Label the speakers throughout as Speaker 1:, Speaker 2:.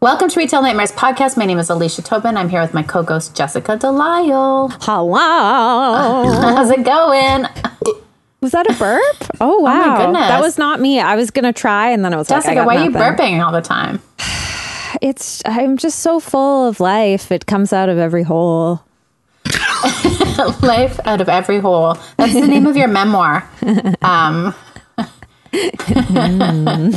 Speaker 1: Welcome to Retail Nightmares Podcast. My name is Alicia Tobin. I'm here with my co-ghost Jessica Delisle.
Speaker 2: Hello.
Speaker 1: How's it going?
Speaker 2: Was that a burp? Oh wow.
Speaker 1: goodness.
Speaker 2: That was not me. I was gonna try and then I was like,
Speaker 1: Jessica,
Speaker 2: I got
Speaker 1: why are you
Speaker 2: nothing.
Speaker 1: burping all the time?
Speaker 2: It's I'm just so full of life. It comes out of every hole.
Speaker 1: Life out of every hole. That's the name of your memoir. Um,
Speaker 2: Mm.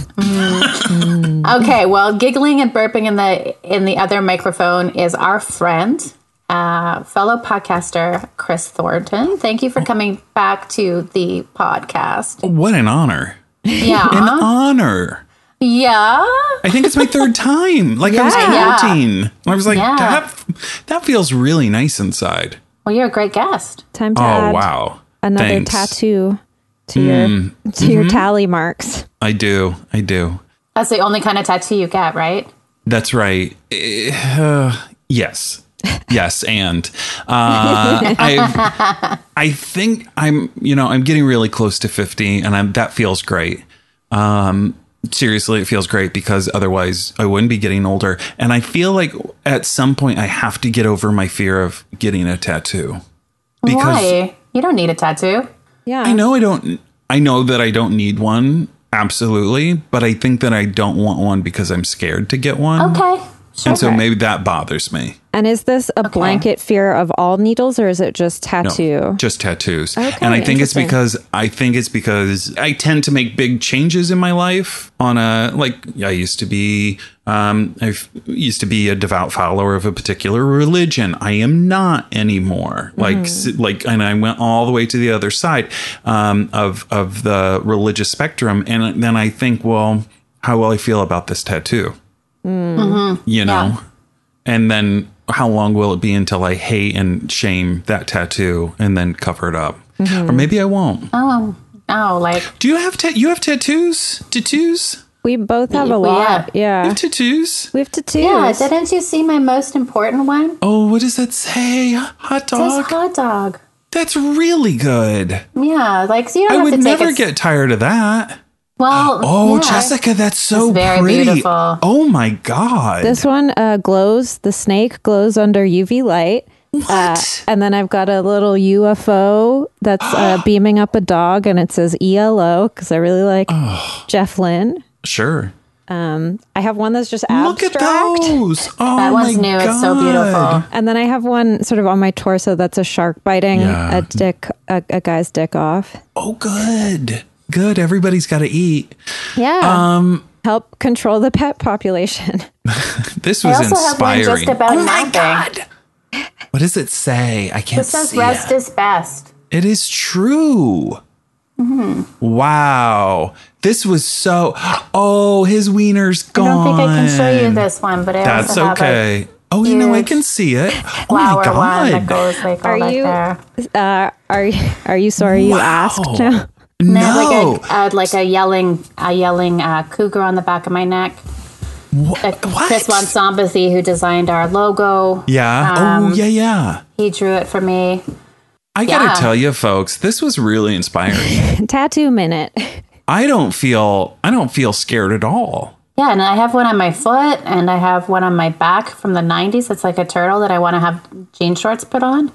Speaker 1: okay, well, giggling and burping in the in the other microphone is our friend, uh, fellow podcaster Chris Thornton. Thank you for coming back to the podcast.
Speaker 3: What an honor. An
Speaker 1: Yeah,
Speaker 3: honor.
Speaker 1: yeah.
Speaker 3: I think it's my third time. Like I was
Speaker 1: Yeah.
Speaker 3: 14. And I was like,
Speaker 1: Yeah.
Speaker 3: that that feels really nice inside.
Speaker 1: Well, you're a great guest.
Speaker 2: Time to
Speaker 3: Oh
Speaker 2: add
Speaker 3: wow.
Speaker 2: another
Speaker 3: Thanks. Mm. Mm-hmm.
Speaker 2: tattoo to your to your tally marks.
Speaker 3: I do. I do.
Speaker 1: That's the only kind of tattoo you get, right?
Speaker 3: That's right. Eh, uh, yes. Yes, and uh, I, I think I'm, you know, I'm getting really close to fifty, and I'm that feels great. Um, seriously, it feels great because otherwise I wouldn't be getting older, and I feel like at some point I have to get over my fear of getting a tattoo
Speaker 1: Why? You don't need a tattoo.
Speaker 2: Yeah.
Speaker 3: I know I don't. I know that I don't need one absolutely, but I think that I don't want one because I'm scared to get one.
Speaker 1: Okay. Sure.
Speaker 3: And so maybe that bothers me.
Speaker 2: And is this a blanket fear of all needles or is it just tattoo?
Speaker 3: Just tattoos. and I think it's
Speaker 2: interesting.
Speaker 3: because I think it's because I tend to make big changes in my life on a like I used to be um I used to be a devout follower of a particular religion. I am not anymore. Like s like and I went all the way to the other side um of of the religious spectrum and then I think well how will I feel about this tattoo? You know?
Speaker 1: Yeah.
Speaker 3: And then how long will it be until I hate and shame that tattoo and then cover it up?
Speaker 1: Mm-hmm.
Speaker 3: Or maybe I won't.
Speaker 1: Oh no, like
Speaker 3: Do you have ta- you have tattoos? Tattoos?
Speaker 2: We both have a lot.
Speaker 3: You
Speaker 2: Yeah.
Speaker 3: have tattoos?
Speaker 2: We have tattoos.
Speaker 1: yeah. Didn't you see my most important one?
Speaker 3: Oh, what does that say? Hot
Speaker 1: This
Speaker 3: dog.
Speaker 1: hot dog.
Speaker 3: That's really good.
Speaker 1: Yeah, like you don't
Speaker 3: I
Speaker 1: have
Speaker 3: would
Speaker 1: to take
Speaker 3: never
Speaker 1: it.
Speaker 3: get tired of that.
Speaker 1: well,
Speaker 3: Oh,
Speaker 1: yeah.
Speaker 3: Jessica, that's so
Speaker 1: It's very
Speaker 3: pretty.
Speaker 1: beautiful.
Speaker 3: Oh my god.
Speaker 2: This one uh, glows. The snake glows under UV light. What? and then I've got a little UFO that's uh, beaming up a dog, and it says E ELO because I really like Jeff Lynne.
Speaker 3: sure.
Speaker 2: I have one that's just
Speaker 3: Look at
Speaker 2: abstract,
Speaker 3: those. Oh
Speaker 1: That
Speaker 3: my
Speaker 1: one's new.
Speaker 3: god.
Speaker 1: It's so beautiful.
Speaker 2: and then I have one sort of on my torso that's a shark biting
Speaker 3: Yeah.
Speaker 2: a dick, a, a guy's dick off.
Speaker 3: Oh good. Good. Everybody's got to eat.
Speaker 2: Yeah. Um. Help control the pet population.
Speaker 3: This
Speaker 1: I
Speaker 3: was
Speaker 1: also have one
Speaker 3: inspiring. Oh
Speaker 1: just about nothing.
Speaker 3: What does it say? I can't
Speaker 1: It says
Speaker 3: see
Speaker 1: rest
Speaker 3: it.
Speaker 1: is best.
Speaker 3: It is true.
Speaker 1: Mm-hmm.
Speaker 3: Wow. This was so. Oh, his wiener's
Speaker 1: I
Speaker 3: gone.
Speaker 1: don't think I can show you this one, but I
Speaker 3: That's
Speaker 1: also have a
Speaker 3: okay. Oh, you know, I
Speaker 1: huge
Speaker 3: can see it. Oh my
Speaker 1: flower one that
Speaker 3: God.
Speaker 1: goes like all
Speaker 2: Are
Speaker 1: back
Speaker 2: you-
Speaker 1: there.
Speaker 2: Uh, are you, are you sorry you asked? Now?
Speaker 1: And I
Speaker 3: No.
Speaker 1: have like a, uh, like a yelling a yelling uh, cougar on the back of my neck.
Speaker 3: Wh- what?
Speaker 1: Chris Wansompathy, who designed our logo,
Speaker 3: Yeah.
Speaker 1: Um,
Speaker 3: oh, yeah, yeah.
Speaker 1: he drew it for me.
Speaker 3: I got to
Speaker 1: yeah.
Speaker 3: tell you, folks, this was really inspiring.
Speaker 2: Tattoo minute.
Speaker 3: I don't feel. I don't feel scared at all.
Speaker 1: Yeah, and I have one on my foot, and I have one on my back from the '90s. It's like a turtle that I want to have jean shorts put on.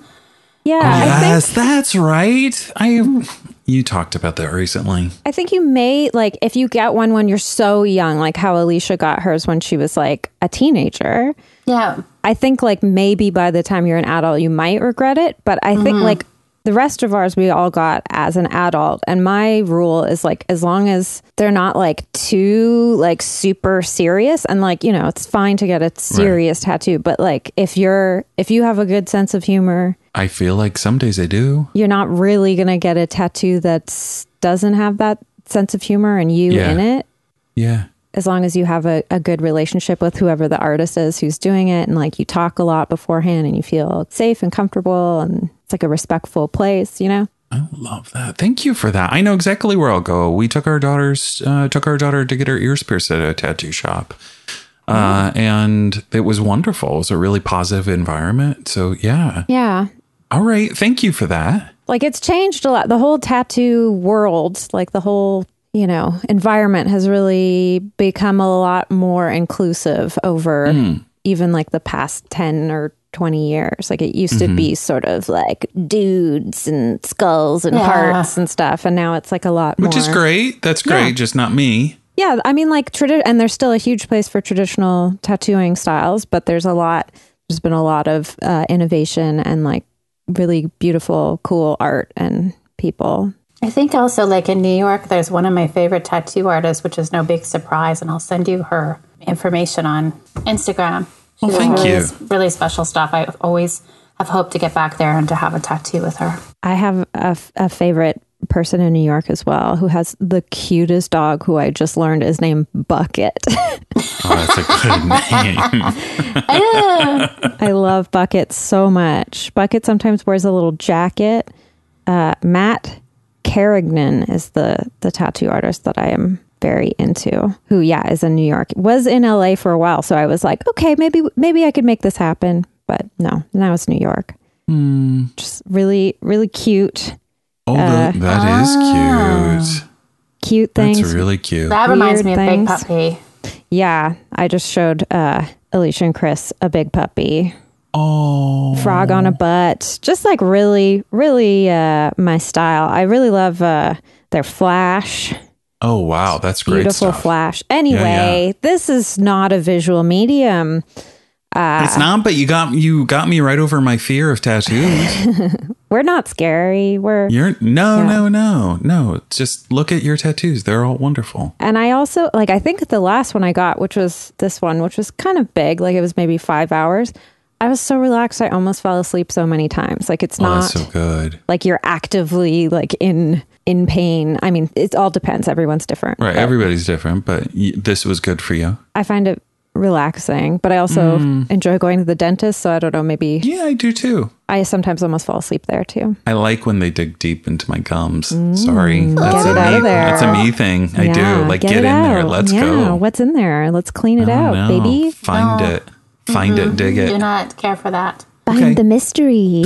Speaker 2: Yeah. I think
Speaker 3: Yes, that's right. I. You talked about that recently.
Speaker 2: I think you may like if you get one when you're so young, like how Alicia got hers when she was like a teenager.
Speaker 1: Yeah,
Speaker 2: I think like maybe by the time you're an adult, you might regret it. But I think like the rest of ours, we all got as an adult. And my rule is like as long as they're not like too like super serious and like you know it's fine to get a serious tattoo, but like if you're if you have a good sense of humor,
Speaker 3: I feel like some days I do.
Speaker 2: you're not really gonna get a tattoo that doesn't have that sense of humor and you
Speaker 3: Yeah.
Speaker 2: in it.
Speaker 3: Yeah.
Speaker 2: as long as you have a, a good relationship with whoever the artist is who's doing it and like you talk a lot beforehand and you feel safe and comfortable and it's like a respectful place you know
Speaker 3: I love that. Thank you for that. I know exactly where I'll go. We took our daughter's uh, took our daughter to get her ears pierced at a tattoo shop. Uh, and it was wonderful. It was a really positive environment. So yeah.
Speaker 2: yeah
Speaker 3: All right. Thank you for that.
Speaker 2: like it's changed a lot the whole tattoo world like the whole you know, environment has really become a lot more inclusive over
Speaker 3: Hmm.
Speaker 2: even like the past 10 or 20 years. Like it used to
Speaker 3: Mm-hmm.
Speaker 2: be sort of like dudes and skulls and
Speaker 1: Yeah.
Speaker 2: hearts and stuff. And now it's like a lot
Speaker 3: which
Speaker 2: more.
Speaker 3: is great. That's great, just not me.
Speaker 2: Yeah, I mean, like tradi- and there's still a huge place for traditional tattooing styles, but there's a lot. There's been a lot of uh, innovation and like really beautiful, cool art and people.
Speaker 1: I think also like in New York, there's one of my favorite tattoo artists, which is no big surprise, and I'll send you her information on Instagram. She does
Speaker 3: Oh, thank
Speaker 1: really,
Speaker 3: you.
Speaker 1: Really special stuff. I always have hoped to get back there and to have a tattoo with her.
Speaker 2: I have a, f- a favorite person in New York as well who has the cutest dog who I just learned is named Bucket.
Speaker 3: Oh, that's a good name.
Speaker 2: I love Bucket so much. Bucket sometimes wears a little jacket. Uh, Matt Carrigan is the the tattoo artist that I am very into. Who, yeah, is in New York. Was in LA for a while, so I was like, okay, maybe maybe I could make this happen. But no, now it's New York. Just really, really cute,
Speaker 3: Oh,
Speaker 2: Uh,
Speaker 3: tha- that is
Speaker 2: ah,
Speaker 3: cute.
Speaker 2: cute things.
Speaker 3: That's really cute.
Speaker 1: That reminds me
Speaker 2: Weird
Speaker 1: of Big
Speaker 2: things.
Speaker 1: Puppy.
Speaker 2: yeah, I just showed uh, Alicia and Chris a big puppy.
Speaker 3: oh,
Speaker 2: frog on a butt just like really really uh my style i really love uh their flash
Speaker 3: oh wow, that's great
Speaker 2: beautiful
Speaker 3: stuff.
Speaker 2: flash anyway this is not a visual medium
Speaker 3: it's not, but you got you got me right over my fear of tattoos.
Speaker 2: we're not scary we're
Speaker 3: You're no, no, no, no. Just look at your tattoos; they're all wonderful.
Speaker 2: and i also like i think the last one i got which was this one which was kind of big like it was maybe five hours i was so relaxed i almost fell asleep so many times like it's
Speaker 3: Oh,
Speaker 2: not
Speaker 3: that's so good.
Speaker 2: like you're actively like in in pain i mean it all depends everyone's different
Speaker 3: Right, everybody's different, but y- this was good for you.
Speaker 2: I find it relaxing, but I also
Speaker 3: Hmm.
Speaker 2: enjoy going to the dentist. So I don't know, maybe
Speaker 3: Yeah, I do too.
Speaker 2: I sometimes almost fall asleep there too.
Speaker 3: I like when they dig deep into my gums. Sorry,
Speaker 2: Mm.
Speaker 3: that's
Speaker 2: Get
Speaker 3: a
Speaker 2: it out
Speaker 3: me.
Speaker 2: of there.
Speaker 3: That's a me thing. I do
Speaker 2: Yeah,
Speaker 3: like get, in
Speaker 2: out.
Speaker 3: there. Let's
Speaker 2: yeah,
Speaker 3: go.
Speaker 2: What's in there? Let's clean it
Speaker 3: I don't
Speaker 2: out,
Speaker 3: know.
Speaker 2: baby.
Speaker 3: Find it. Find it. Dig
Speaker 1: Do
Speaker 3: it.
Speaker 1: not care for that.
Speaker 2: Find
Speaker 3: Okay.
Speaker 2: the mystery.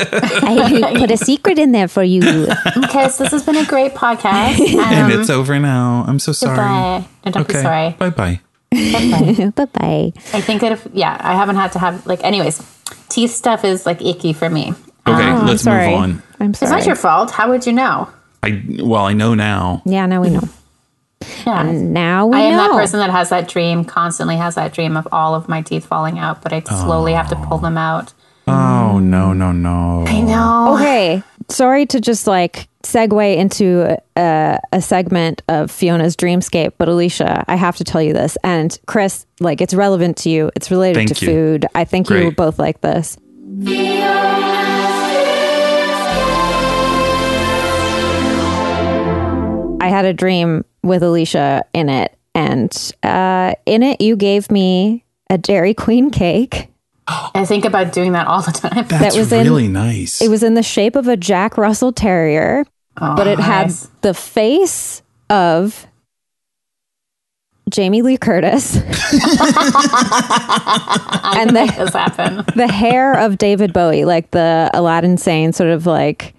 Speaker 2: I put a secret in there for you.
Speaker 1: Okay, so this has been a great podcast.
Speaker 3: and
Speaker 1: Um,
Speaker 3: it's over now. I'm so sorry.
Speaker 1: goodbye. No, don't be sorry.
Speaker 3: Bye bye.
Speaker 2: bye bye.
Speaker 1: I think that if yeah, I haven't had to have like anyways, teeth stuff is like icky for me.
Speaker 3: Okay, let's move
Speaker 2: Oh, Sorry.
Speaker 3: on.
Speaker 2: I'm
Speaker 1: It's
Speaker 2: sorry.
Speaker 1: not your fault. How would you know?
Speaker 3: I well, I know now.
Speaker 2: yeah, now we know.
Speaker 1: Yeah.
Speaker 2: Now we
Speaker 1: I am
Speaker 2: know.
Speaker 1: that person that has that dream, constantly has that dream of all of my teeth falling out, but I slowly have to pull them out.
Speaker 2: Mm.
Speaker 3: Oh no, no, no.
Speaker 1: I know.
Speaker 2: Okay. Sorry to just like segue into a, a segment of Fiona's dreamscape, but Alicia, I have to tell you this. And Chris, like it's relevant to you, it's related
Speaker 3: Thank
Speaker 2: to
Speaker 3: you.
Speaker 2: food. I think you
Speaker 3: Great.
Speaker 2: would both like this. I had a dream with Alicia in it. And uh, in it, you gave me a Dairy Queen cake.
Speaker 1: Oh, I think about doing that all the time.
Speaker 3: That's
Speaker 2: was in-
Speaker 3: really nice.
Speaker 2: It was in the shape of a Jack Russell Terrier, but it
Speaker 1: Oh, nice.
Speaker 2: had the face of Jamie Lee Curtis and the,
Speaker 1: This happen.
Speaker 2: the hair of David Bowie, like the Aladdin Sane sort of like,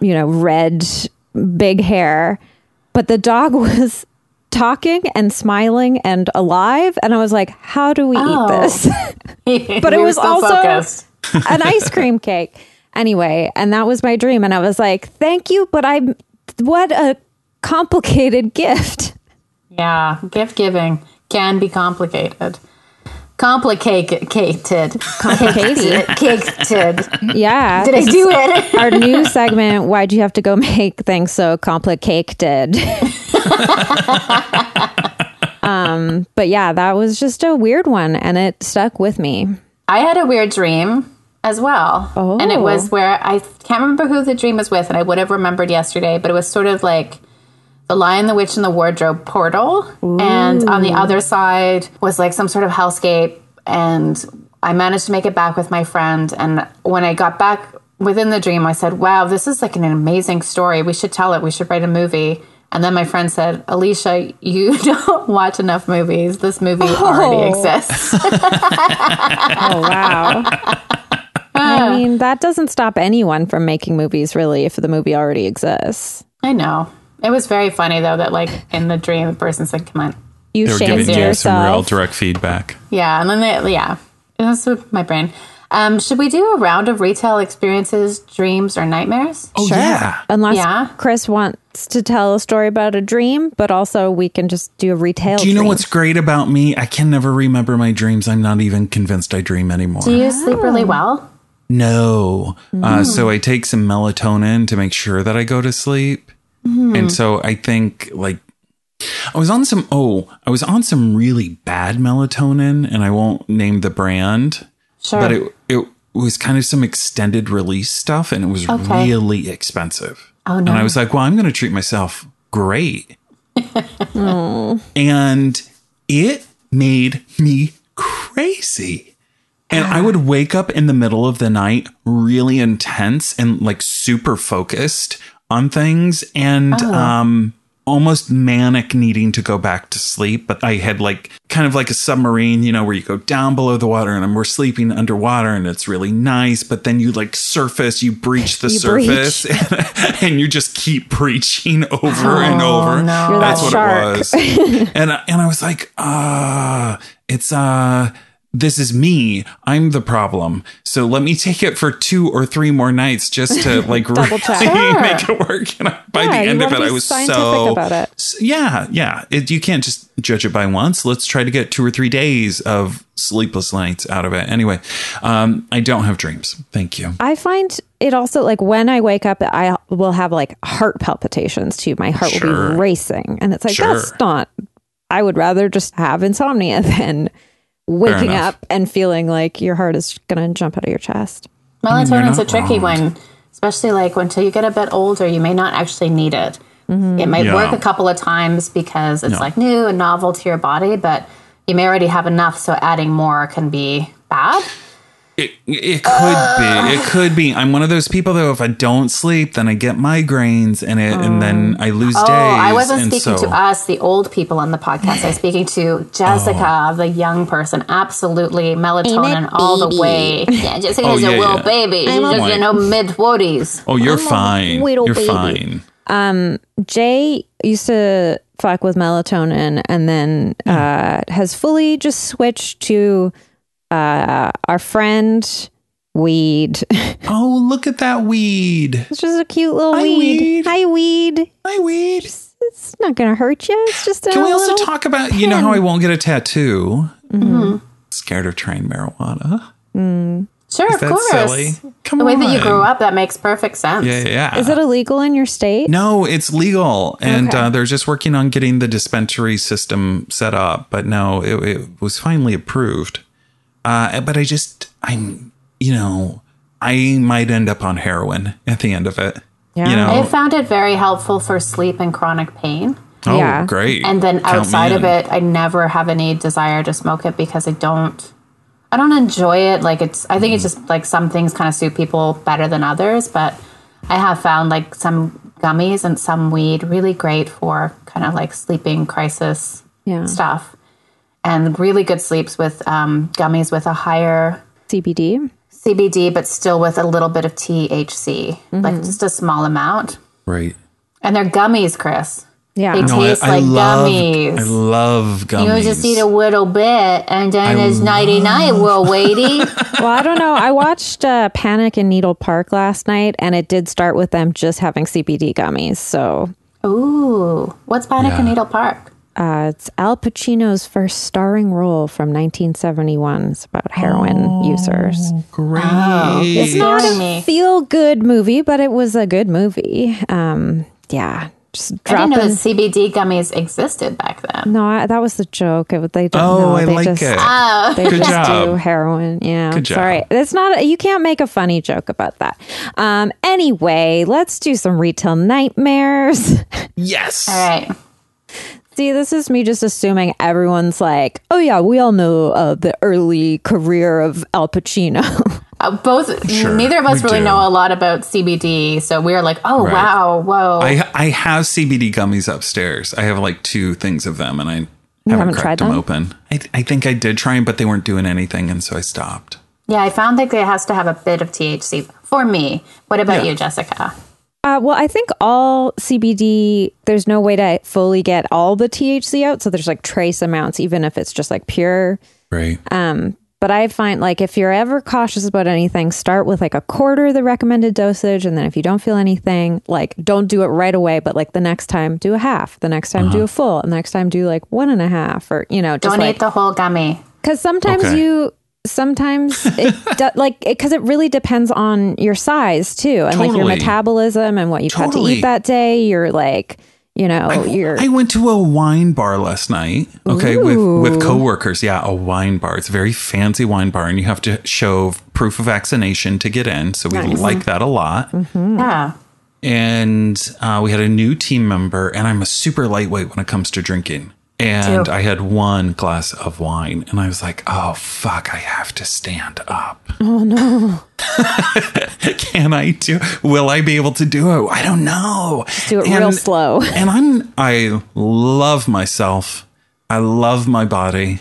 Speaker 2: you know, red, big hair. But the dog was talking and smiling and alive. And I was like, how do we
Speaker 1: Oh.
Speaker 2: eat this?
Speaker 1: but
Speaker 2: it was also- an ice cream cake. Anyway, and that was my dream. And I was like, thank you, but I'm what a complicated gift.
Speaker 1: Yeah, gift giving can be complicated. Complicated, cated,
Speaker 2: Complicated.
Speaker 1: cated.
Speaker 2: yeah.
Speaker 1: Did I do it?
Speaker 2: Our new segment, Why'd You Have to Go Make Things So Complicated? um, Um, but yeah, that was just a weird one and it stuck with me.
Speaker 1: I had a weird dream as well.
Speaker 2: Oh.
Speaker 1: And it was where I can't remember who the dream was with, and I would have remembered yesterday, but it was sort of like the Lion, the Witch, and the Wardrobe portal. And on the other side was like some sort of hellscape. And I managed to make it back with my friend. And when I got back within the dream, I said, Wow, this is like an amazing story. We should tell it. We should write a movie. And then my friend said, Alicia, you don't watch enough movies. This movie already exists.
Speaker 2: Oh, wow. I mean, that doesn't stop anyone from making movies, really, if the movie already exists.
Speaker 1: I know. It was very funny though that like in the dream the person said, "Come on."
Speaker 2: You
Speaker 3: They were
Speaker 2: shamed
Speaker 3: giving you some real
Speaker 2: yourself.
Speaker 3: direct feedback.
Speaker 1: Yeah, and then they yeah, that's what my brain. Um, should we do a round of retail experiences, dreams, or nightmares?
Speaker 3: Oh yeah.
Speaker 2: Unless
Speaker 1: Yeah.
Speaker 2: Chris wants to tell a story about a dream, but also we can just do a retail.
Speaker 3: Do you know
Speaker 2: dream.
Speaker 3: what's great about me? I can never remember my dreams. I'm not even convinced I dream anymore.
Speaker 1: Do you sleep really well?
Speaker 3: No.
Speaker 1: Mm-hmm.
Speaker 3: Uh, so I take some melatonin to make sure that I go to sleep.
Speaker 1: Mm-hmm.
Speaker 3: And so I think like I was on some oh, I was on some really bad melatonin and I won't name the brand,
Speaker 1: Sure.
Speaker 3: but it it was kind of some extended release stuff and it was
Speaker 1: Okay.
Speaker 3: really expensive.
Speaker 1: Oh,
Speaker 3: And
Speaker 1: no.
Speaker 3: I was like, well, I'm going to treat myself great. and it made me crazy. And I would wake up in the middle of the night really intense and like super focused on things and um almost manic needing to go back to sleep but i had like kind of like a submarine you know where you go down below the water and we're sleeping underwater and it's really nice but then you like surface you breach the
Speaker 2: You
Speaker 3: surface and you just keep breaching over and over
Speaker 1: no. You're
Speaker 3: that's
Speaker 2: that
Speaker 3: what
Speaker 2: shark.
Speaker 3: it was and I- and I was like, ah, it's uh this is me. I'm the problem. So let me take it for two or three more nights just to like really
Speaker 2: check.
Speaker 3: make it work. And I, by
Speaker 2: Yeah,
Speaker 3: the
Speaker 2: you
Speaker 3: end of
Speaker 2: wanna
Speaker 3: it,
Speaker 2: be
Speaker 3: I was
Speaker 2: scientific
Speaker 3: so
Speaker 2: about it.
Speaker 3: s- yeah, yeah. It, you can't just judge it by once. Let's try to get two or three days of sleepless nights out of it. Anyway, um, I don't have dreams. Thank you.
Speaker 2: I find it also like when I wake up, I will have like heart palpitations too. My heart will
Speaker 3: Sure.
Speaker 2: be racing, and it's like
Speaker 3: Sure.
Speaker 2: that's not. I would rather just have insomnia than waking
Speaker 3: enough.
Speaker 2: up and feeling like your heart is gonna jump out of your chest.
Speaker 1: Melatonin's
Speaker 3: Mm, not
Speaker 1: a tricky
Speaker 3: wrong.
Speaker 1: one, especially like until you get a bit older, you may not actually need it. It might
Speaker 3: Mm-hmm. Yeah.
Speaker 1: work a couple of times because it's like new and novel to your body, but you may already have enough, so adding more can be bad.
Speaker 3: It, it could be. It
Speaker 1: Ah.
Speaker 3: could be. I'm one of those people though. If I don't sleep, then I get migraines, and it, and then I lose days.
Speaker 1: Oh, I wasn't
Speaker 3: and
Speaker 1: speaking
Speaker 3: so-
Speaker 1: to us, the old people on the podcast. I was speaking to
Speaker 3: Oh.
Speaker 1: Jessica, the young person. Absolutely, melatonin all the
Speaker 2: baby.
Speaker 1: way. Yeah, Jessica
Speaker 3: Oh,
Speaker 1: is a
Speaker 3: yeah,
Speaker 1: little
Speaker 3: yeah.
Speaker 1: baby. She's
Speaker 2: a
Speaker 1: just, you
Speaker 3: white-
Speaker 1: know, mid 40s.
Speaker 3: Oh, you're
Speaker 2: a
Speaker 3: fine.
Speaker 2: little
Speaker 3: You're
Speaker 2: baby.
Speaker 3: fine.
Speaker 2: Jay used to fuck with melatonin, and then
Speaker 3: Hmm.
Speaker 2: uh, has fully just switched to uh, our friend weed.
Speaker 3: Oh, look at that weed.
Speaker 2: it's just a cute little
Speaker 3: Hi,
Speaker 2: weed.
Speaker 3: weed.
Speaker 2: Hi weed.
Speaker 3: Hi, weed.
Speaker 2: It's not gonna hurt you. It's just a
Speaker 3: Can we also
Speaker 2: little-
Speaker 3: talk about, you know, how I won't get a tattoo?
Speaker 1: Mm-hmm.
Speaker 3: Scared of trying marijuana.
Speaker 1: Sure, of
Speaker 3: That's
Speaker 1: course.
Speaker 3: silly. Come
Speaker 1: The way
Speaker 3: on.
Speaker 1: that you grew up, that makes perfect sense.
Speaker 3: Yeah, yeah.
Speaker 2: Is it illegal in your state?
Speaker 3: no, it's legal. And
Speaker 2: Okay.
Speaker 3: uh, they're just working on getting the dispensary system set up. But no, it, it was finally approved. Uh, but I just, I'm, you know, I might end up on heroin at the end of it.
Speaker 2: Yeah.
Speaker 3: You know,
Speaker 1: I found it very helpful for sleep and chronic pain.
Speaker 3: oh,
Speaker 2: Yeah.
Speaker 3: great.
Speaker 1: And then
Speaker 3: Count me
Speaker 1: outside of
Speaker 3: in.
Speaker 1: it, I never have any desire to smoke it because I don't I don't enjoy it. Like it's I think
Speaker 3: Mm.
Speaker 1: it's just like some things kind of suit people better than others, but I have found like some gummies and some weed really great for kind of like sleeping crisis
Speaker 2: Yeah.
Speaker 1: stuff. And really good sleeps with um, gummies with a higher
Speaker 2: CBD.
Speaker 1: CBD, but still with a little bit of THC, like just a small amount.
Speaker 3: Right.
Speaker 1: And they're gummies, Chris.
Speaker 2: Yeah.
Speaker 1: They
Speaker 3: No, I-
Speaker 1: taste
Speaker 3: I,
Speaker 1: like
Speaker 3: love,
Speaker 1: gummies.
Speaker 3: I love
Speaker 1: You
Speaker 3: gummies.
Speaker 1: just eat a little bit, and then it's nighty night, Will Waity.
Speaker 2: well, I don't know. I watched uh, Panic in Needle Park last night, and it did start with them just having CBD gummies. So
Speaker 1: Ooh, what's Panic in
Speaker 3: Yeah.
Speaker 1: Needle Park?
Speaker 2: uh, it's Al Pacino's first starring role from 1971. It's about heroin
Speaker 3: Oh.
Speaker 2: users.
Speaker 3: Great.
Speaker 1: It's
Speaker 2: Not
Speaker 1: not
Speaker 2: a
Speaker 1: me.
Speaker 2: feel good movie, but it was a good movie. Um, yeah, just
Speaker 1: I didn't know that
Speaker 2: dropping.
Speaker 1: CBD gummies existed back then.
Speaker 2: No, I, that was the joke. It, they don't
Speaker 3: Oh,
Speaker 2: know.
Speaker 3: I
Speaker 2: they
Speaker 3: like
Speaker 2: just,
Speaker 3: it.
Speaker 1: Ah.
Speaker 2: They
Speaker 3: Good
Speaker 2: just
Speaker 3: job.
Speaker 2: do heroin. Yeah.
Speaker 3: Good job.
Speaker 2: Sorry. That's not, you can't make a funny joke about that. Um, anyway, let's do some retail nightmares.
Speaker 3: yes.
Speaker 1: All right.
Speaker 2: See, this is me just assuming everyone's like, oh, yeah, we all know uh, the early career of Al Pacino.
Speaker 1: Uh, both,
Speaker 3: Sure,
Speaker 1: neither of us
Speaker 3: we
Speaker 1: really
Speaker 3: do.
Speaker 1: know a lot about CBD, so we were like, oh,
Speaker 3: Right.
Speaker 1: wow, whoa.
Speaker 3: I I have CBD gummies upstairs. I have like two things of them, and I haven't,
Speaker 2: haven't
Speaker 3: cracked
Speaker 2: tried
Speaker 3: them,
Speaker 2: them?
Speaker 3: open. I th- I think I did try them, but they weren't doing anything, and so I stopped.
Speaker 1: yeah, I found that it has to have a bit of THC for me. What about
Speaker 3: Yeah.
Speaker 1: you, Jessica?
Speaker 2: Uh, well, I think all CBD, there's no way to fully get all the THC out. So there's like trace amounts, even if it's just like pure.
Speaker 3: Right.
Speaker 2: Um, but I find like if you're ever cautious about anything, start with like a quarter of the recommended dosage. And then if you don't feel anything, like don't do it right away. But like the next time, do a half. The next time, do a full. And the next time, do like one and a half or, you know, just
Speaker 1: Don't
Speaker 2: like
Speaker 1: eat the whole gummy.
Speaker 2: because sometimes
Speaker 3: Okay.
Speaker 2: you sometimes it do, like because it, really depends on your size too and like your
Speaker 3: Totally.
Speaker 2: metabolism and what you've got to
Speaker 3: Totally.
Speaker 2: eat that day you're like you know Oh, you're
Speaker 3: I went to a wine bar last night. Okay,
Speaker 2: Ooh.
Speaker 3: with with coworkers. Yeah, a wine bar. It's a very fancy wine bar, and you have to show proof of vaccination to get in. So we like that a lot.
Speaker 2: Hmm.
Speaker 1: Yeah.
Speaker 3: And uh, we had a new team member, and I'm a super lightweight when it comes to drinking. And
Speaker 1: Too.
Speaker 3: I had one glass of wine, and I was like, "Oh fuck, I have to stand up."
Speaker 2: oh no
Speaker 3: Can I do? Will I be able to do it? I don't know.
Speaker 2: do it real slow.
Speaker 3: and I'm I love myself. I love my body.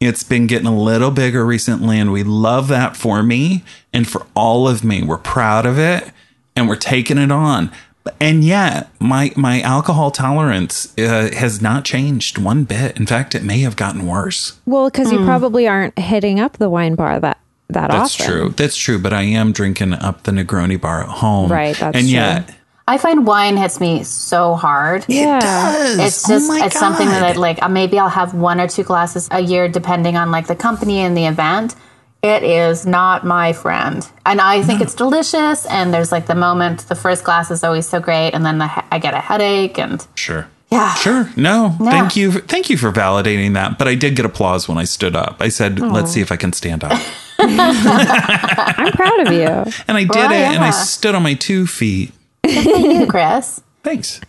Speaker 3: It's been getting a little bigger recently, and we love that for me and for all of me. We're proud of it, and we're taking it on. And yet, my my alcohol tolerance uh, has not changed one bit. In fact, it may have gotten worse.
Speaker 2: well because you probably aren't hitting up the wine bar that that
Speaker 3: Hmm. That's
Speaker 2: often
Speaker 3: true. That's true. But I am drinking up the Negroni bar at home.
Speaker 2: Right, that's
Speaker 3: and
Speaker 2: true.
Speaker 3: yet,
Speaker 1: I find wine hits me so hard.
Speaker 2: Yeah.
Speaker 3: it does.
Speaker 1: It's
Speaker 3: Oh
Speaker 1: just
Speaker 3: my
Speaker 1: it's something that
Speaker 3: God.
Speaker 1: I'd like uh, maybe I'll have one or two glasses a year depending on like the company and the event. It is not my friend. And I think it's delicious and there's like the moment the first glass is always so great and then the, he- I get a headache and
Speaker 3: Sure.
Speaker 1: Yeah.
Speaker 3: Sure. No. Thank you. Thank you for validating that. But I did get applause when I stood up. I said, "Let's see if I can stand up,"
Speaker 2: i'm proud of you
Speaker 3: and I did
Speaker 1: Well,
Speaker 3: it. And I
Speaker 1: yeah.
Speaker 3: stood on my two feet. Hmm.
Speaker 1: you Chris.
Speaker 3: Thanks.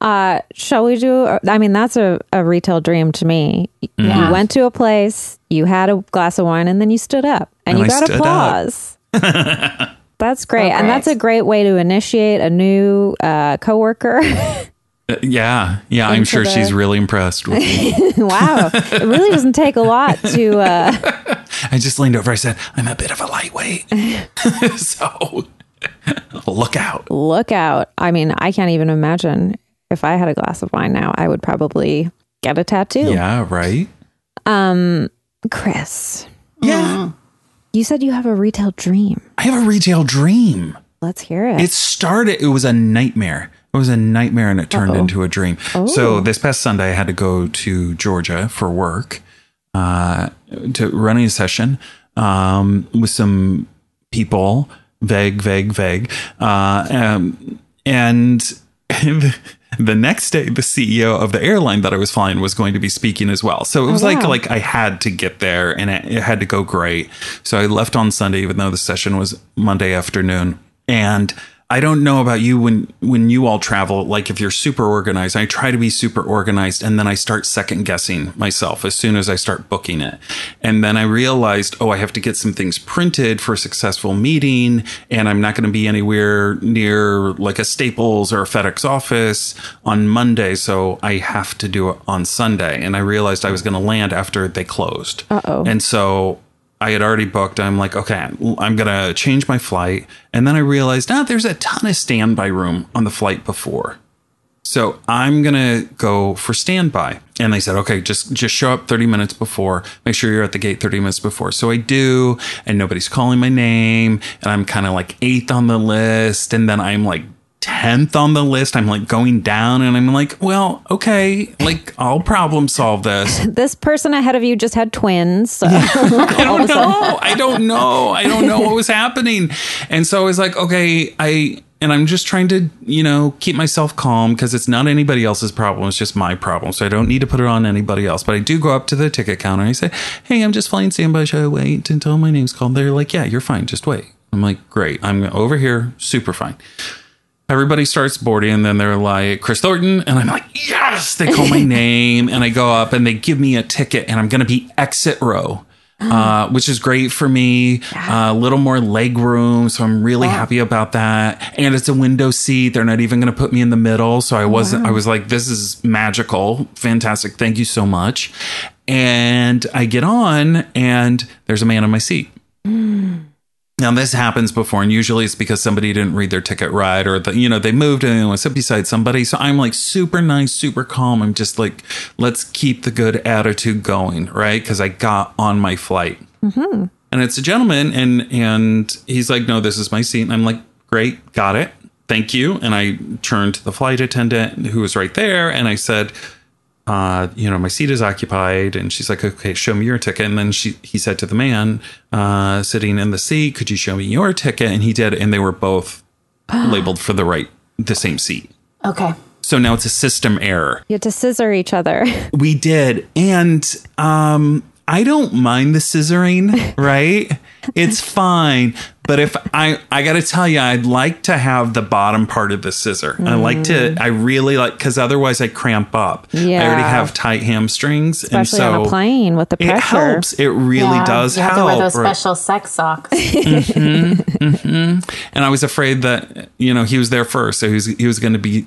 Speaker 2: Uh, shall we do? I mean, that's a, a retail dream to me.
Speaker 1: Yeah.
Speaker 2: You went to a place, you had a glass of wine, and then you stood up and,
Speaker 3: And
Speaker 2: you
Speaker 3: I
Speaker 2: got
Speaker 3: stood up.
Speaker 2: applause. that's great.
Speaker 1: Oh,
Speaker 2: and that's a
Speaker 1: great.
Speaker 2: great way to initiate a new uh, coworker.
Speaker 3: Uh, yeah. Yeah. I'm
Speaker 2: Into
Speaker 3: sure
Speaker 2: the-
Speaker 3: she's really impressed with me.
Speaker 2: wow, it really doesn't take a lot to. Uh,
Speaker 3: I just leaned over. I said, "I'm a bit of a lightweight," so look out.
Speaker 2: look out. I mean, I can't even imagine if I had a glass of wine now, I would probably get a tattoo. Um,
Speaker 3: Yeah. Right.
Speaker 2: Chris,
Speaker 3: Yeah.
Speaker 2: you said you have a retail dream.
Speaker 3: I have a retail dream.
Speaker 2: Let's hear it.
Speaker 3: It started. It was a nightmare. It was a nightmare, and it turned into a dream. So this past Sunday, I had to go to Georgia for work, uh, to running a session um, with some people. Vague, vague, vague. Uh, um, and the next day, the CEO of the airline that I was flying was going to be speaking as well. So it was like
Speaker 2: wow.
Speaker 3: like I had to get there, and it, it had to go great. So I left on Sunday, even though the session was Monday afternoon, and. I don't know about you when when you all travel like if you're super organized I try to be super organized and then I start second guessing myself as soon as I start booking it and then I realized oh I have to get some things printed for a successful meeting and I'm not going to be anywhere near like a Staples or a FedEx office on Monday so I have to do it on Sunday and I realized I was going to land after they closed
Speaker 2: Uh-oh.
Speaker 3: and so I had already booked. I'm like, okay, I'm going to change my flight. And then I realized, ah, there's a ton of standby room on the flight before. So I'm going to go for standby. And they said, okay, just, just show up 30 minutes before. Make sure you're at the gate 30 minutes before. So I do, and nobody's calling my name. And I'm kind of like eighth on the list. And then I'm like 10th on the list. I'm like going down and I'm like, well, okay, like I'll problem solve this.
Speaker 2: this person ahead of you just had twins. So all of a sudden, Oh.
Speaker 3: know. I don't know. I don't know what was happening. And so I was like, okay, I and I'm just trying to, you know, keep myself calm because it's not anybody else's problem. It's just my problem. So I don't need to put it on anybody else. But I do go up to the ticket counter and I say, Hey, I'm just flying standby. Should I wait until my name's called? They're like, Yeah, you're fine. Just wait. I'm like, Great. I'm over here. Super fine. Everybody starts boarding, and then they're like, Chris Thornton. And I'm like, yes, they call my name. And I go up and they give me a ticket, and I'm going to be exit row, uh, which is great for me. Uh, a little more leg room. So I'm really happy about that. And it's a window seat. They're not even going to put me in the middle. So I wasn't, I was like, this is magical. Fantastic. Thank you so much. And I get on, and there's a man in my seat. Now this happens before, and usually it's because somebody didn't read their ticket right, or the, you know they moved and they was sit beside somebody. So I'm like super nice, super calm. I'm just like, let's keep the good attitude going, right? Because I got on my flight, and it's a gentleman, and and he's like, no, this is my seat, and I'm like, great, got it, thank you. And I turned to the flight attendant who was right there, and I said, uh, you know, my seat is occupied. And she's like, okay, show me your ticket. And then she, he said to the man uh, sitting in the seat, could you show me your ticket? And he did. And they were both labeled for the right, the same seat.
Speaker 1: Okay.
Speaker 3: So now it's a system error.
Speaker 2: You have to scissor each other.
Speaker 3: We did. And um, I don't mind the scissoring, right? it's fine. But if I, I got to tell you, I'd like to have the bottom part of the scissor. I like to,
Speaker 1: Mm.
Speaker 3: I really like, because otherwise I cramp up. I already
Speaker 2: Yeah.
Speaker 3: have tight hamstrings. and
Speaker 2: Especially
Speaker 3: so
Speaker 2: on a plane with the pressure.
Speaker 3: it helps. It really
Speaker 1: Yeah,
Speaker 3: does
Speaker 1: you have
Speaker 3: help.
Speaker 1: to wear those
Speaker 3: right?
Speaker 1: special sex socks.
Speaker 3: and I was afraid that you know he was there first, so he was he was going to be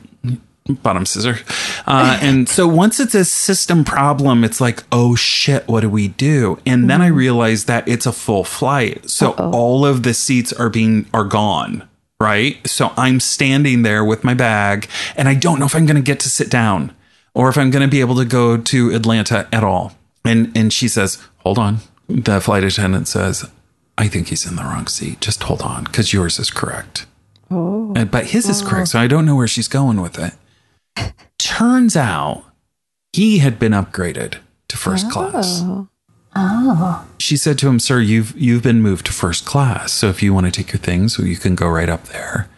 Speaker 3: bottom scissor. Uh, and so once it's a system problem, it's like oh shit, what do we do? And then I realized that it's a full flight, so all of the seats are being are gone. Right. So I'm standing there with my bag and I don't know if I'm going to get to sit down or if I'm going to be able to go to Atlanta at all. And, and she says, hold on. The flight attendant says, I think he's in the wrong seat. Just hold on, because yours is correct. Oh. but his is correct, so I don't know where she's going with it. Turns out he had been upgraded to first class.
Speaker 2: Oh.
Speaker 3: She said to him, Sir, you've you've been moved to first class. So if you want to take your things, well, you can go right up there.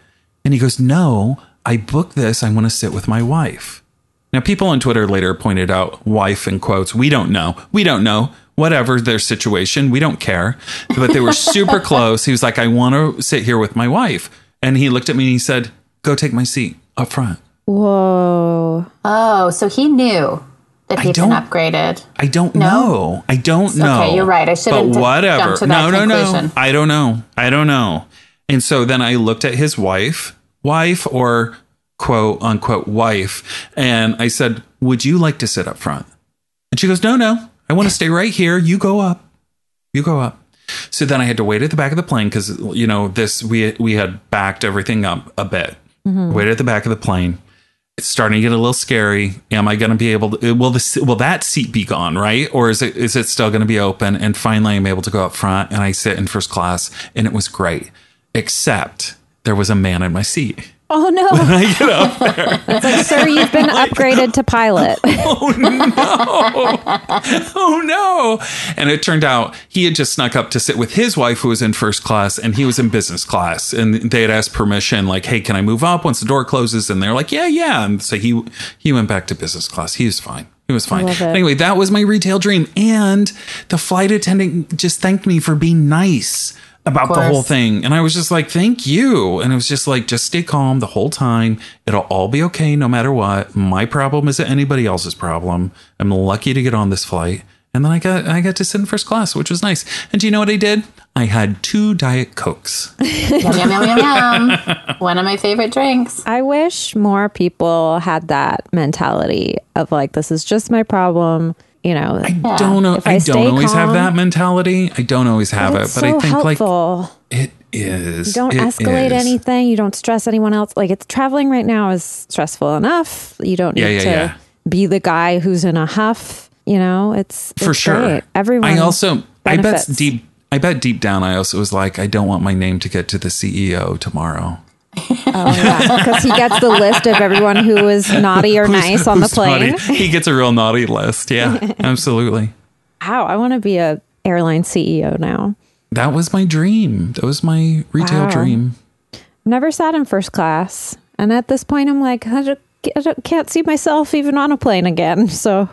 Speaker 3: And he goes, No, I booked this. I want to sit with my wife. Now, people on Twitter later pointed out wife in quotes. We don't know. We don't know. Whatever their situation, we don't care. But they were super close. He was like, I want to sit here with my wife. And he looked at me and he said, Go take my seat up front.
Speaker 2: Whoa.
Speaker 1: Oh, so he knew that he'd been
Speaker 3: don't-
Speaker 1: upgraded.
Speaker 3: I don't know. I don't know.
Speaker 1: you're right. I shouldn't
Speaker 3: But
Speaker 1: have
Speaker 3: whatever.
Speaker 1: jumped to
Speaker 3: no,
Speaker 1: that
Speaker 3: no, no.
Speaker 1: conclusion.
Speaker 3: I don't know. I don't know. And so then I looked at his wife, wife or quote unquote wife, and I said, "Would you like to sit up front?" And she goes, "No, no. I want to stay right here. You go up. You go up." So then I had to wait at the back of the plane because you know this we we had backed everything up a bit.
Speaker 1: Mm-hmm.
Speaker 3: Waited at the back of the plane it's starting to get a little scary. Am I going to be able to? Will this? Will that seat be gone? Right? Or is it? Is it still going to be open? And finally, I'm able to go up front and I sit in first class, and it was great. Except there was a man in my seat.
Speaker 2: Oh no.
Speaker 3: I get up.
Speaker 2: Sir, you've been upgraded to pilot.
Speaker 3: Oh no! And it turned out he had just snuck up to sit with his wife, who was in first class, and he was in business class. And they had asked permission, like, "Hey, can I move up once the door closes?" And they're like, "Yeah, yeah." And so he he went back to business class. He was fine. He was fine.
Speaker 2: Love it.
Speaker 3: Anyway, that was my retail dream, and the flight attendant just thanked me for being nice about the
Speaker 1: course.
Speaker 3: whole thing. And I was just like, "Thank you." And it was just like, "Just stay calm the whole time. It'll all be okay, no matter what. My problem isn't anybody else's problem. I'm lucky to get on this flight." And then I got I got to sit in first class, which was nice. And do you know what I did? I had two diet cokes.
Speaker 1: yum, yum, yum, yum, yum. One of my favorite drinks.
Speaker 2: I wish more people had that mentality of like, this is just my problem. You know,
Speaker 3: I don't know.
Speaker 2: If I
Speaker 3: I,
Speaker 2: stay
Speaker 3: don't always have
Speaker 2: calm-
Speaker 3: that mentality. I don't always have it, but
Speaker 2: it's
Speaker 3: I
Speaker 2: so
Speaker 3: think like
Speaker 2: helpful.
Speaker 3: it is.
Speaker 2: don't
Speaker 3: It
Speaker 2: escalate
Speaker 3: is.
Speaker 2: anything. You don't stress anyone else. Like it's traveling right now is stressful enough. You don't need
Speaker 3: Yeah, yeah,
Speaker 2: to
Speaker 3: yeah.
Speaker 2: be the guy who's in a huff. You know, it's,
Speaker 3: for
Speaker 2: it's
Speaker 3: sure.
Speaker 2: great. Everyone.
Speaker 3: I also,
Speaker 2: benefits.
Speaker 3: I bet deep, I bet deep down, I also was like, I don't want my name to get to the CEO tomorrow.
Speaker 2: because he gets the list of everyone who was naughty or
Speaker 3: Who's-
Speaker 2: nice on the
Speaker 3: who's naughty?
Speaker 2: plane.
Speaker 3: He gets a real naughty list. Yeah, absolutely.
Speaker 2: Wow, I want to be a airline CEO now.
Speaker 3: That was my dream. That was my retail
Speaker 2: Wow.
Speaker 3: dream.
Speaker 2: Never sat in first class, and at this point, I'm like, I, don't, I don't- can't see myself even on a plane again. So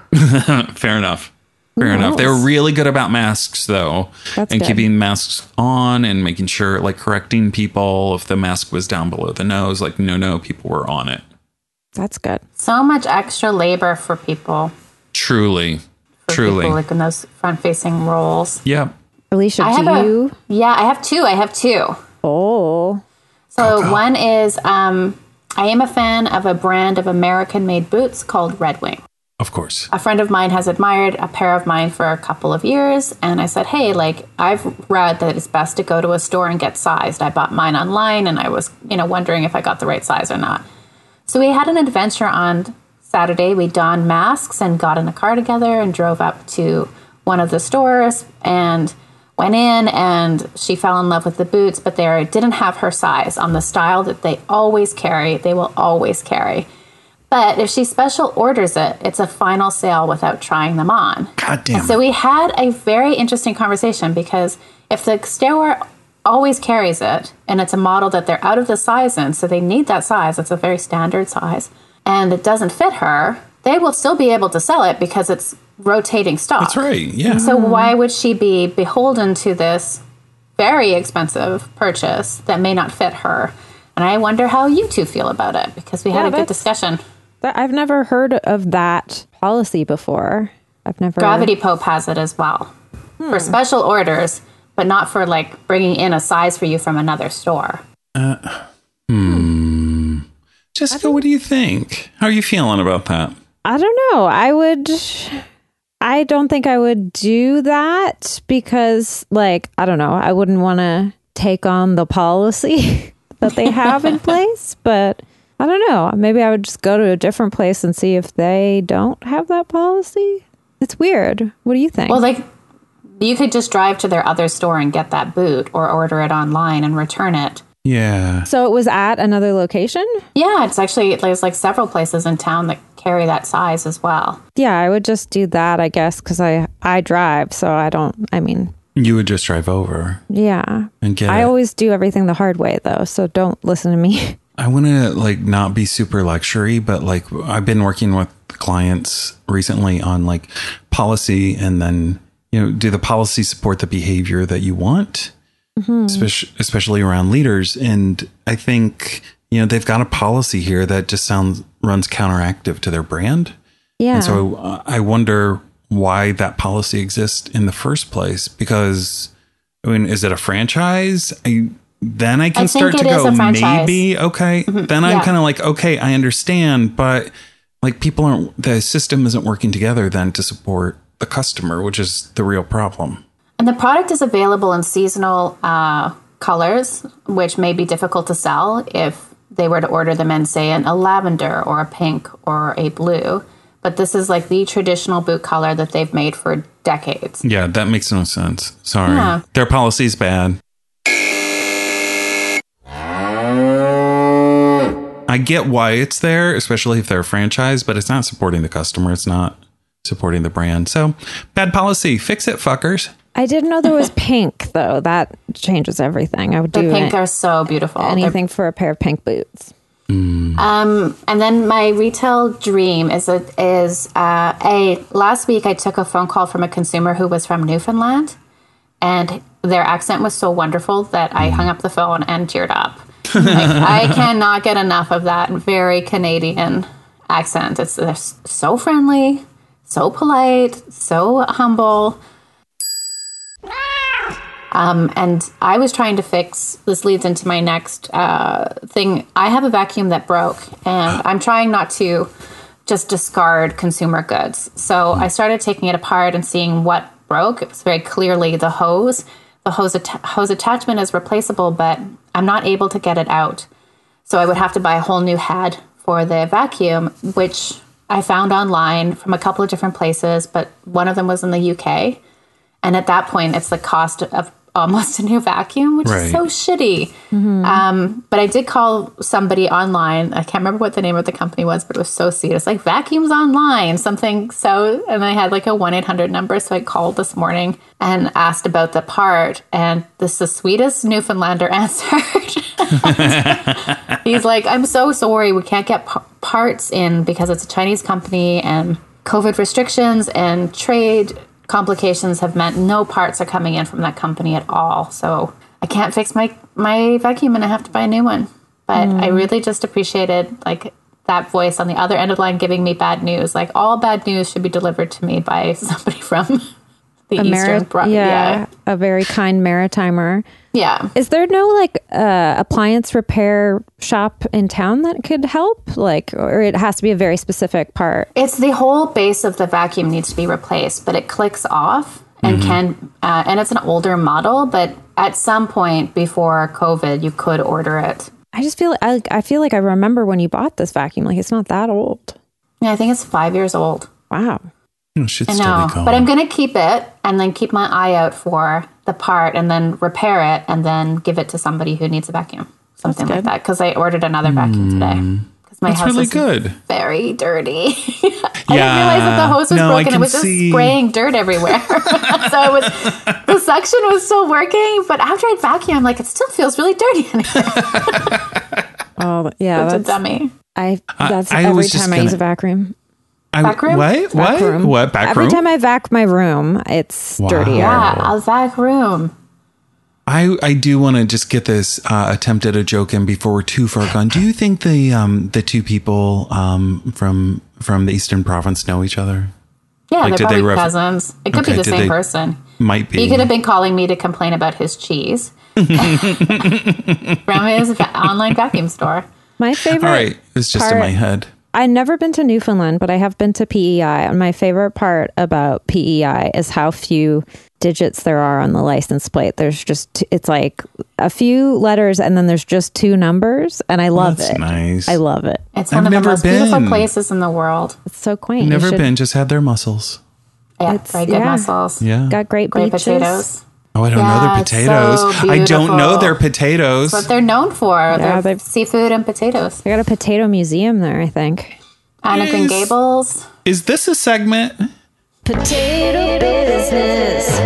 Speaker 3: Fair enough. Fair enough. They were
Speaker 2: knows?
Speaker 3: really good about masks though,
Speaker 2: That's
Speaker 3: and
Speaker 2: good.
Speaker 3: keeping masks on and making sure, like correcting people if the mask was down below the nose. Like, no, no, people were on it.
Speaker 2: that's good.
Speaker 1: So much extra labor for people.
Speaker 3: Truly,
Speaker 1: For
Speaker 3: truly.
Speaker 1: People like in those front facing roles.
Speaker 3: yeah.
Speaker 2: Alicia,
Speaker 1: I
Speaker 2: do
Speaker 1: have a-
Speaker 2: you?
Speaker 1: yeah, I have two. I have two.
Speaker 2: Oh,
Speaker 1: So one is um, I am a fan of a brand of American made boots called Red Wing.
Speaker 3: Of course.
Speaker 1: a friend of mine has admired a pair of mine for a couple of years and i said hey like i've read that it's best to go to a store and get sized i bought mine online and i was you know wondering if i got the right size or not so we had an adventure on saturday we donned masks and got in a car together and drove up to one of the stores and went in and she fell in love with the boots but they didn't have her size on the style that they always carry they will always carry but if she special orders it, it's a final sale without trying them on.
Speaker 3: God damn.
Speaker 1: So
Speaker 3: it.
Speaker 1: we had a very interesting conversation because if the stairwell always carries it and it's a model that they're out of the size in, so they need that size, it's a very standard size, and it doesn't fit her, they will still be able to sell it because it's rotating stock.
Speaker 3: That's right. Yeah.
Speaker 1: So
Speaker 2: Mm-hmm.
Speaker 1: why would she be beholden to this very expensive purchase that may not fit her? And I wonder how you two feel about it because we had
Speaker 2: Yeah,
Speaker 1: a good
Speaker 2: that's-
Speaker 1: discussion.
Speaker 2: That, I've never heard of that policy before. I've never
Speaker 1: Gravity Pope has it as well for special orders, but not for like bringing in a size for you from another store.
Speaker 3: Jessica, what do you think? How are you feeling about that?
Speaker 2: I don't know. I would. I don't think I would do that because, like, I don't know. I wouldn't want to take on the policy that they have in place. But I don't know. Maybe I would just go to a different place and see if they don't have that policy. It's weird. What do you think?
Speaker 1: Well, like you could just drive to their other store and get that boot or order it online and return it.
Speaker 3: Yeah.
Speaker 2: so it was at another location.
Speaker 1: Yeah, it's actually there's like several places in town that carry that size as well.
Speaker 2: Yeah, I would just do that, I guess, because I I drive, so I don't. I mean,
Speaker 3: You would just drive over
Speaker 2: yeah.
Speaker 3: and get
Speaker 2: I
Speaker 3: it.
Speaker 2: always do everything the hard way, though, so don't listen to me.
Speaker 3: I want to like not be super luxury, but like I've been working with clients recently on like policy and then, you know, do the policy support the behavior that you want, especially, especially around leaders. And I think, you know, they've got a policy here that just sounds runs counteractive to their brand.
Speaker 2: Yeah.
Speaker 3: And so uh, I wonder why that policy exists in the first place because I mean, is it a franchise? I, then I can
Speaker 1: I think
Speaker 3: start to
Speaker 1: it is
Speaker 3: go,
Speaker 1: a franchise. Mm-hmm.
Speaker 3: maybe, okay. Then I'm
Speaker 1: yeah.
Speaker 3: kind of like, okay, I understand, but like people aren't, the system isn't working together then to support the customer, which is the real problem.
Speaker 1: And the product is available in seasonal uh, colors, which may be difficult to sell if they were to order them in, say, in a lavender or a pink or a blue. But this is like the traditional boot color that they've made for decades.
Speaker 3: Yeah, that makes no sense. Sorry.
Speaker 1: Yeah.
Speaker 3: Their policy's bad. I get why it's there, especially if they're a franchise, but it's not supporting the customer. It's not supporting the brand. So, bad policy. Fix it, fuckers.
Speaker 2: I didn't know there was pink though. That changes everything. I would
Speaker 1: The
Speaker 2: do
Speaker 1: pink
Speaker 2: an-
Speaker 1: are so beautiful. They're-
Speaker 2: anything for a pair of pink boots.
Speaker 1: Um, and then my retail dream is a, is uh, a last week I took a phone call from a consumer who was from Newfoundland, and their accent was so wonderful that I hung up the phone and teared up. Like, I cannot get enough of that very Canadian accent. It's they're s- so friendly, so polite, so humble. Um, and I was trying to fix. This leads into my next uh, thing. I have a vacuum that broke, and I'm trying not to just discard consumer goods. So I started taking it apart and seeing what broke. It was very clearly the hose. The hose atta- hose attachment is replaceable, but I'm not able to get it out. So I would have to buy a whole new head for the vacuum, which I found online from a couple of different places, but one of them was in the UK. And at that point, it's the cost of almost a new vacuum, which
Speaker 3: Right.
Speaker 1: is so shitty. Um, but I did call somebody online. I can't remember what the name of the company was, but it was so sweet. It's like vacuums online, something so. And I had like a 1 800 number. So I called this morning and asked about the part. And this is the sweetest Newfoundlander answered. He's like, I'm so sorry. We can't get p- parts in because it's a Chinese company and COVID restrictions and trade complications have meant no parts are coming in from that company at all. So I can't fix my, my vacuum and I have to buy a new one. But I really just appreciated like that voice on the other end of the line giving me bad news. Like all bad news should be delivered to me by somebody from the the
Speaker 2: a
Speaker 1: Eastern
Speaker 2: mari-
Speaker 1: bro-
Speaker 2: yeah, a very kind maritimer.
Speaker 1: yeah. Yeah.
Speaker 2: Is there no like uh, appliance repair shop in town that could help? Like, or it has to be a very specific part.
Speaker 1: It's the whole base of the vacuum needs to be replaced, but it clicks off and
Speaker 3: Mm-hmm.
Speaker 1: can, uh, and it's an older model, but at some point before COVID, you could order it.
Speaker 2: I just feel I, I feel like I remember when you bought this vacuum. Like, it's not that old.
Speaker 1: Yeah, I think it's five years old.
Speaker 2: Wow.
Speaker 3: Oh, shit's
Speaker 1: I
Speaker 3: still
Speaker 1: know,
Speaker 3: be going.
Speaker 1: but I'm gonna keep it and then keep my eye out for the part and then repair it and then give it to somebody who needs a vacuum, something like that. Because I ordered another vacuum today because my
Speaker 3: Mm. That's
Speaker 1: house
Speaker 3: really
Speaker 1: is
Speaker 3: good.
Speaker 1: very dirty. I didn't
Speaker 3: Yeah.
Speaker 1: realize that the hose was
Speaker 3: No, I
Speaker 1: broken. It
Speaker 3: can
Speaker 1: was just
Speaker 3: see-
Speaker 1: spraying dirt everywhere. so it was the suction was still working, but after I'd vacuum, I'm like, it still feels really dirty in here.
Speaker 2: Oh yeah,
Speaker 1: It's a
Speaker 2: that's
Speaker 1: dummy.
Speaker 2: I. That's
Speaker 3: I
Speaker 2: every
Speaker 3: was just
Speaker 2: time I use
Speaker 3: gonna-
Speaker 2: a vacuum.
Speaker 3: I,
Speaker 1: Back room?
Speaker 2: Back
Speaker 3: What? What?
Speaker 2: room.
Speaker 3: What? Back
Speaker 2: every
Speaker 3: room?
Speaker 2: time I vac my room, it's
Speaker 3: Wow.
Speaker 2: dirtier.
Speaker 1: Yeah, a vac room.
Speaker 3: I, I do want to just get this uh, attempt at a joke in before we're too far gone. Do you think the um, the two people um, from from the Eastern Province know each other?
Speaker 1: Yeah,
Speaker 3: Like,
Speaker 1: they're
Speaker 3: did they
Speaker 1: probably
Speaker 3: refer-
Speaker 1: cousins. It could
Speaker 3: Okay,
Speaker 1: be the
Speaker 3: did
Speaker 1: same
Speaker 3: they-
Speaker 1: person.
Speaker 3: Might be.
Speaker 1: He could have been calling me to complain about his cheese from his va- online vacuum store.
Speaker 2: My favorite.
Speaker 3: All right, it's just in
Speaker 2: Part-
Speaker 3: my head.
Speaker 2: I've never been to Newfoundland, but I have been to PEI. And my favorite part about PEI is how few digits there are on the license plate. There's just, t- it's like a few letters and then there's just two numbers. And I love
Speaker 3: That's
Speaker 2: it.
Speaker 3: nice.
Speaker 2: I love it.
Speaker 1: It's
Speaker 3: I've
Speaker 1: one of the
Speaker 3: never
Speaker 1: most beautiful
Speaker 3: been.
Speaker 1: places in the world.
Speaker 2: It's so quaint. You
Speaker 3: Never
Speaker 2: should-
Speaker 3: been. Just had their muscles.
Speaker 1: Yeah,
Speaker 2: It's-
Speaker 1: very good
Speaker 2: yeah.
Speaker 1: muscles.
Speaker 3: Yeah.
Speaker 2: Got great,
Speaker 1: Great
Speaker 2: beaches.
Speaker 1: potatoes.
Speaker 3: Oh, I don't know
Speaker 1: Yeah,
Speaker 3: their
Speaker 1: it's so
Speaker 3: potatoes. I don't know their
Speaker 1: beautiful.
Speaker 3: potatoes.
Speaker 1: what they're known for. their
Speaker 2: Yeah, they-
Speaker 1: seafood and potatoes.
Speaker 2: They got a potato museum there, I think.
Speaker 1: Anna Green
Speaker 3: Yes.
Speaker 1: Gables.
Speaker 3: Is this a segment?
Speaker 4: Potato business.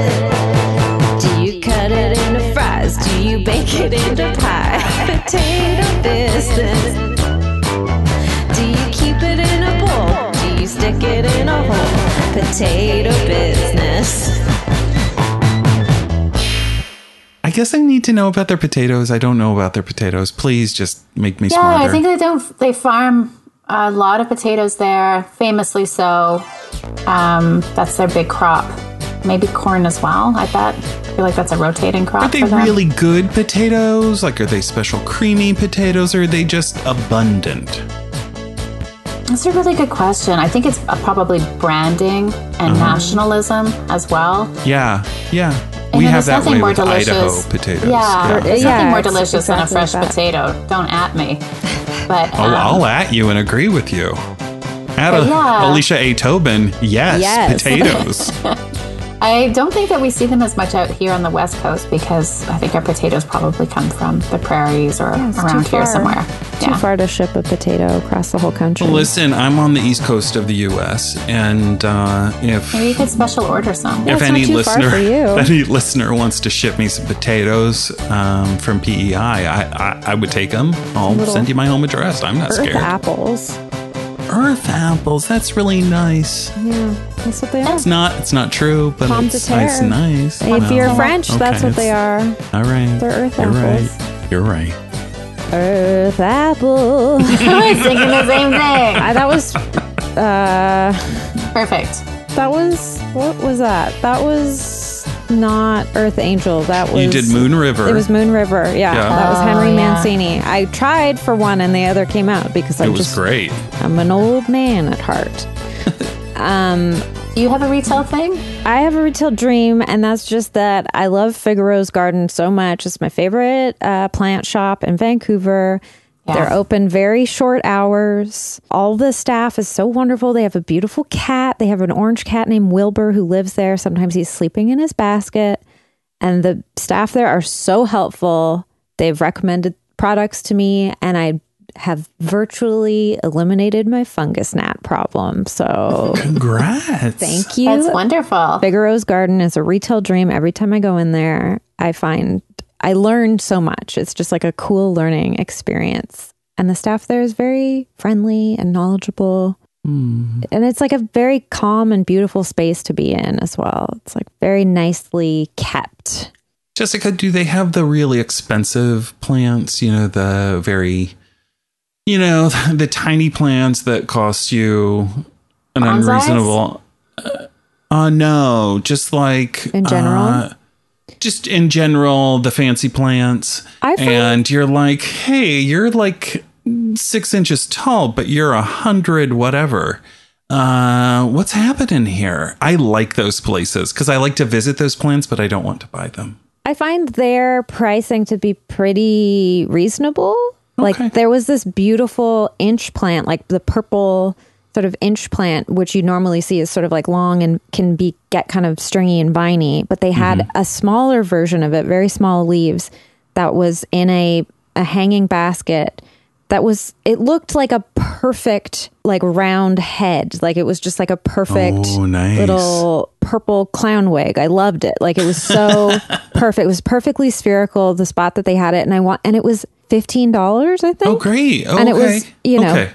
Speaker 4: Do you cut it into fries? Do you bake it into pie? Potato business. Do you keep it in a bowl? Do you stick it in a hole? Potato business.
Speaker 3: I guess I need to know about their potatoes. I don't know about their potatoes. Please just make me
Speaker 1: Yeah,
Speaker 3: smarter.
Speaker 1: I think they don't. They farm a lot of potatoes there, famously so. Um, that's their big crop. Maybe corn as well. I bet. I feel like that's a rotating crop.
Speaker 3: Are they
Speaker 1: for them.
Speaker 3: really good potatoes? Like, are they special creamy potatoes or are they just abundant?
Speaker 1: That's a really good question. I think it's uh, probably branding and
Speaker 3: Uh-huh.
Speaker 1: nationalism as well.
Speaker 3: Yeah, yeah.
Speaker 1: And
Speaker 3: We
Speaker 1: then
Speaker 3: have
Speaker 1: there's
Speaker 3: that
Speaker 1: nothing
Speaker 3: way
Speaker 1: more
Speaker 3: with Idaho
Speaker 1: delicious.
Speaker 3: potatoes.
Speaker 1: Yeah, there's
Speaker 2: Yeah,
Speaker 1: nothing more
Speaker 2: it's
Speaker 1: delicious than a
Speaker 2: exactly
Speaker 1: fresh
Speaker 2: that.
Speaker 1: potato. Don't at me. But
Speaker 3: Oh,
Speaker 1: um,
Speaker 3: I'll at you and agree with you. At a,
Speaker 1: yeah.
Speaker 3: Alicia A. Tobin, yes,
Speaker 2: Yes.
Speaker 3: potatoes.
Speaker 1: I don't think that we see them as much out here on the West Coast because I think our potatoes probably come from the prairies or
Speaker 2: it's
Speaker 1: around
Speaker 2: too
Speaker 1: here
Speaker 2: far.
Speaker 1: somewhere.
Speaker 2: Too far to ship a potato across the whole country.
Speaker 3: Listen, I'm on the east coast of the U.S., and uh, if
Speaker 1: Maybe you could special order some.
Speaker 2: it's
Speaker 3: if
Speaker 2: not
Speaker 3: any
Speaker 2: too far
Speaker 3: listener
Speaker 2: for you.
Speaker 3: any listener wants to ship me some potatoes um, from PEI, I, I I would take them. I'll
Speaker 2: Little
Speaker 3: send you my home address. I'm not
Speaker 2: Earth
Speaker 3: scared.
Speaker 2: apples.
Speaker 3: Earth apples. That's really nice.
Speaker 2: Yeah, that's what they are.
Speaker 3: It's not. It's not true, but
Speaker 2: Pommes de
Speaker 3: it's nice.
Speaker 2: terre.
Speaker 3: Nice.
Speaker 2: If
Speaker 3: Well,
Speaker 2: you're French, that's
Speaker 3: okay,
Speaker 2: what they
Speaker 3: it's-
Speaker 2: are.
Speaker 3: All right.
Speaker 2: They're earth
Speaker 3: you're
Speaker 2: apples.
Speaker 3: Right. You're right.
Speaker 2: Earth apple.
Speaker 1: I was thinking the same thing.
Speaker 2: I- that was uh
Speaker 1: Perfect.
Speaker 2: that was what was that that was not earth angel that was
Speaker 3: You did Moon River.
Speaker 2: it was moon river yeah,
Speaker 3: Yeah.
Speaker 2: that was henry
Speaker 1: Oh, yeah.
Speaker 2: mancini i tried for one and the other came out because
Speaker 3: It
Speaker 2: i'm
Speaker 3: was
Speaker 2: just
Speaker 3: great.
Speaker 2: i'm an old man at heart
Speaker 1: Do you have a retail thing?
Speaker 2: I have a retail dream, and that's just that I love Figaro's Garden so much. It's my favorite uh, plant shop in Vancouver.
Speaker 1: Yeah.
Speaker 2: They're open very short hours. All the staff is so wonderful. They have a beautiful cat. They have an orange cat named Wilbur who lives there. Sometimes he's sleeping in his basket. And the staff there are so helpful. They've recommended products to me, and I have virtually eliminated my fungus gnat problem. So
Speaker 3: Congrats.
Speaker 2: thank you.
Speaker 1: That's wonderful.
Speaker 2: Figaro's Garden is a retail dream. Every time I go in there, I find I learn so much. It's just like a cool learning experience. And the staff there is very friendly and knowledgeable. And it's like a very calm and beautiful space to be in as well. It's like very nicely kept.
Speaker 3: Jessica, do they have the really expensive plants? You know, the very, you know, the tiny plants that cost you an
Speaker 1: Bonsais?
Speaker 3: unreasonable. Uh, no, just like
Speaker 2: In general?
Speaker 3: uh, just in general, the fancy plants.
Speaker 2: I find-
Speaker 3: and you're like, hey, you're like six inches tall, but you're a hundred whatever. Uh, what's happening here? I like those places because I like to visit those plants, but I don't want to buy them.
Speaker 2: I find their pricing to be pretty reasonable.
Speaker 3: Okay.
Speaker 2: Like there was this beautiful inch plant, like the purple sort of inch plant, which you normally see is sort of like long and can be get kind of stringy and viney. But they had
Speaker 3: Mm-hmm.
Speaker 2: a smaller version of it, very small leaves, that was in a a hanging basket. That was it looked like a perfect like round head, like it was just like a perfect
Speaker 3: Oh, nice.
Speaker 2: little little purple clown wig. I loved it. Like it was so perfect. It was perfectly spherical. The spot that they had it, and I want, and it was fifteen dollars, I think.
Speaker 3: Oh, great. Okay.
Speaker 2: And it was, you know,
Speaker 3: okay.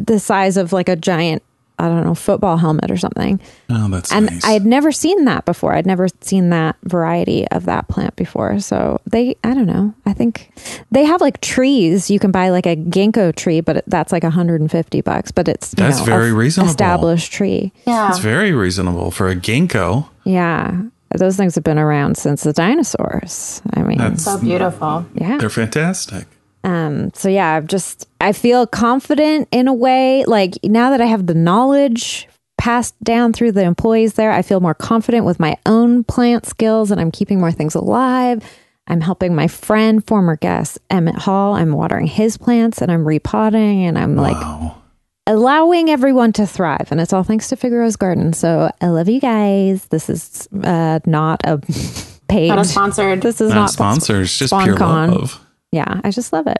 Speaker 2: the size of like a giant, I don't know, football helmet or something.
Speaker 3: Oh, that's
Speaker 2: And
Speaker 3: nice.
Speaker 2: I had never seen that before. I'd never seen that variety of that plant before. So they, I don't know. I think they have like trees. You can buy like a ginkgo tree, but it- that's like 150 bucks. But it's you
Speaker 3: That's
Speaker 2: know, a
Speaker 3: very
Speaker 2: f-
Speaker 3: reasonable.
Speaker 2: Established tree.
Speaker 1: Yeah.
Speaker 3: it's very reasonable for a ginkgo.
Speaker 2: Yeah. Those things have been around since the dinosaurs. I mean,
Speaker 3: That's
Speaker 1: so beautiful.
Speaker 2: yeah.
Speaker 3: they're fantastic.
Speaker 2: Um, so yeah, I've just I feel confident in a way. Like now that I have the knowledge passed down through the employees there, I feel more confident with my own plant skills and I'm keeping more things alive. I'm helping my friend, former guest Emmett Hall. I'm watering his plants and I'm repotting and I'm like
Speaker 3: Wow.
Speaker 2: allowing everyone to thrive. And it's all thanks to Figaro's Garden. So I love you guys. This is uh, not a paid.
Speaker 1: Not a sponsored.
Speaker 2: this is
Speaker 3: Not,
Speaker 2: not
Speaker 3: sponsors, just
Speaker 2: Spawn
Speaker 3: pure
Speaker 2: Con.
Speaker 3: love.
Speaker 2: Yeah, I just love it.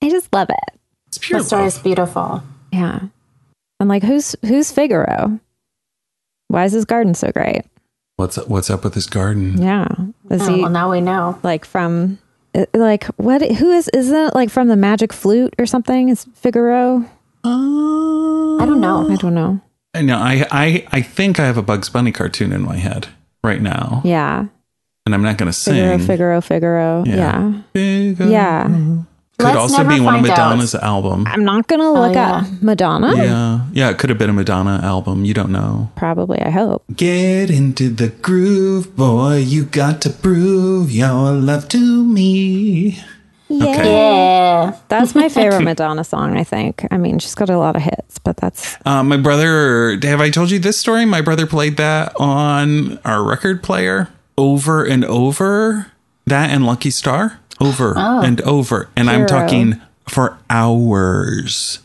Speaker 2: I just love it.
Speaker 3: It's
Speaker 1: The
Speaker 3: pure
Speaker 1: story
Speaker 3: love.
Speaker 1: is beautiful.
Speaker 2: Yeah. And like who's who's Figaro? Why is his garden so great?
Speaker 3: What's what's up with this garden?
Speaker 2: Yeah. Is
Speaker 1: Oh,
Speaker 2: he
Speaker 1: well, now we know.
Speaker 2: like from uh, like what who is isn't it like from the magic flute or something? Is Figaro?
Speaker 1: I don't know.
Speaker 2: I don't know.
Speaker 3: Uh, I know. I, I I think I have a Bugs Bunny cartoon in my head right now,
Speaker 2: Yeah.
Speaker 3: and I'm not going to
Speaker 2: Figaro,
Speaker 3: sing.
Speaker 2: Figaro, Figaro. Yeah.
Speaker 3: Figaro.
Speaker 2: Yeah.
Speaker 3: Could
Speaker 1: Let's
Speaker 3: also
Speaker 1: never
Speaker 3: be one of
Speaker 1: find out.
Speaker 3: Madonna's album.
Speaker 2: I'm not gonna look
Speaker 1: yeah.
Speaker 2: up Madonna.
Speaker 3: Yeah, yeah. It could have been a Madonna album. You don't know.
Speaker 2: Probably, I hope.
Speaker 3: Get into the groove, boy. You got to prove your love to me. Okay.
Speaker 1: Yeah.
Speaker 2: That's my favorite Madonna song, I think. I mean, she's got a lot of hits, but that's
Speaker 3: Uh, my brother, have I told you this story? My brother played that on our record player over and over. That and Lucky Star over and over. And I'm
Speaker 2: Oh. Hero.
Speaker 3: talking for hours.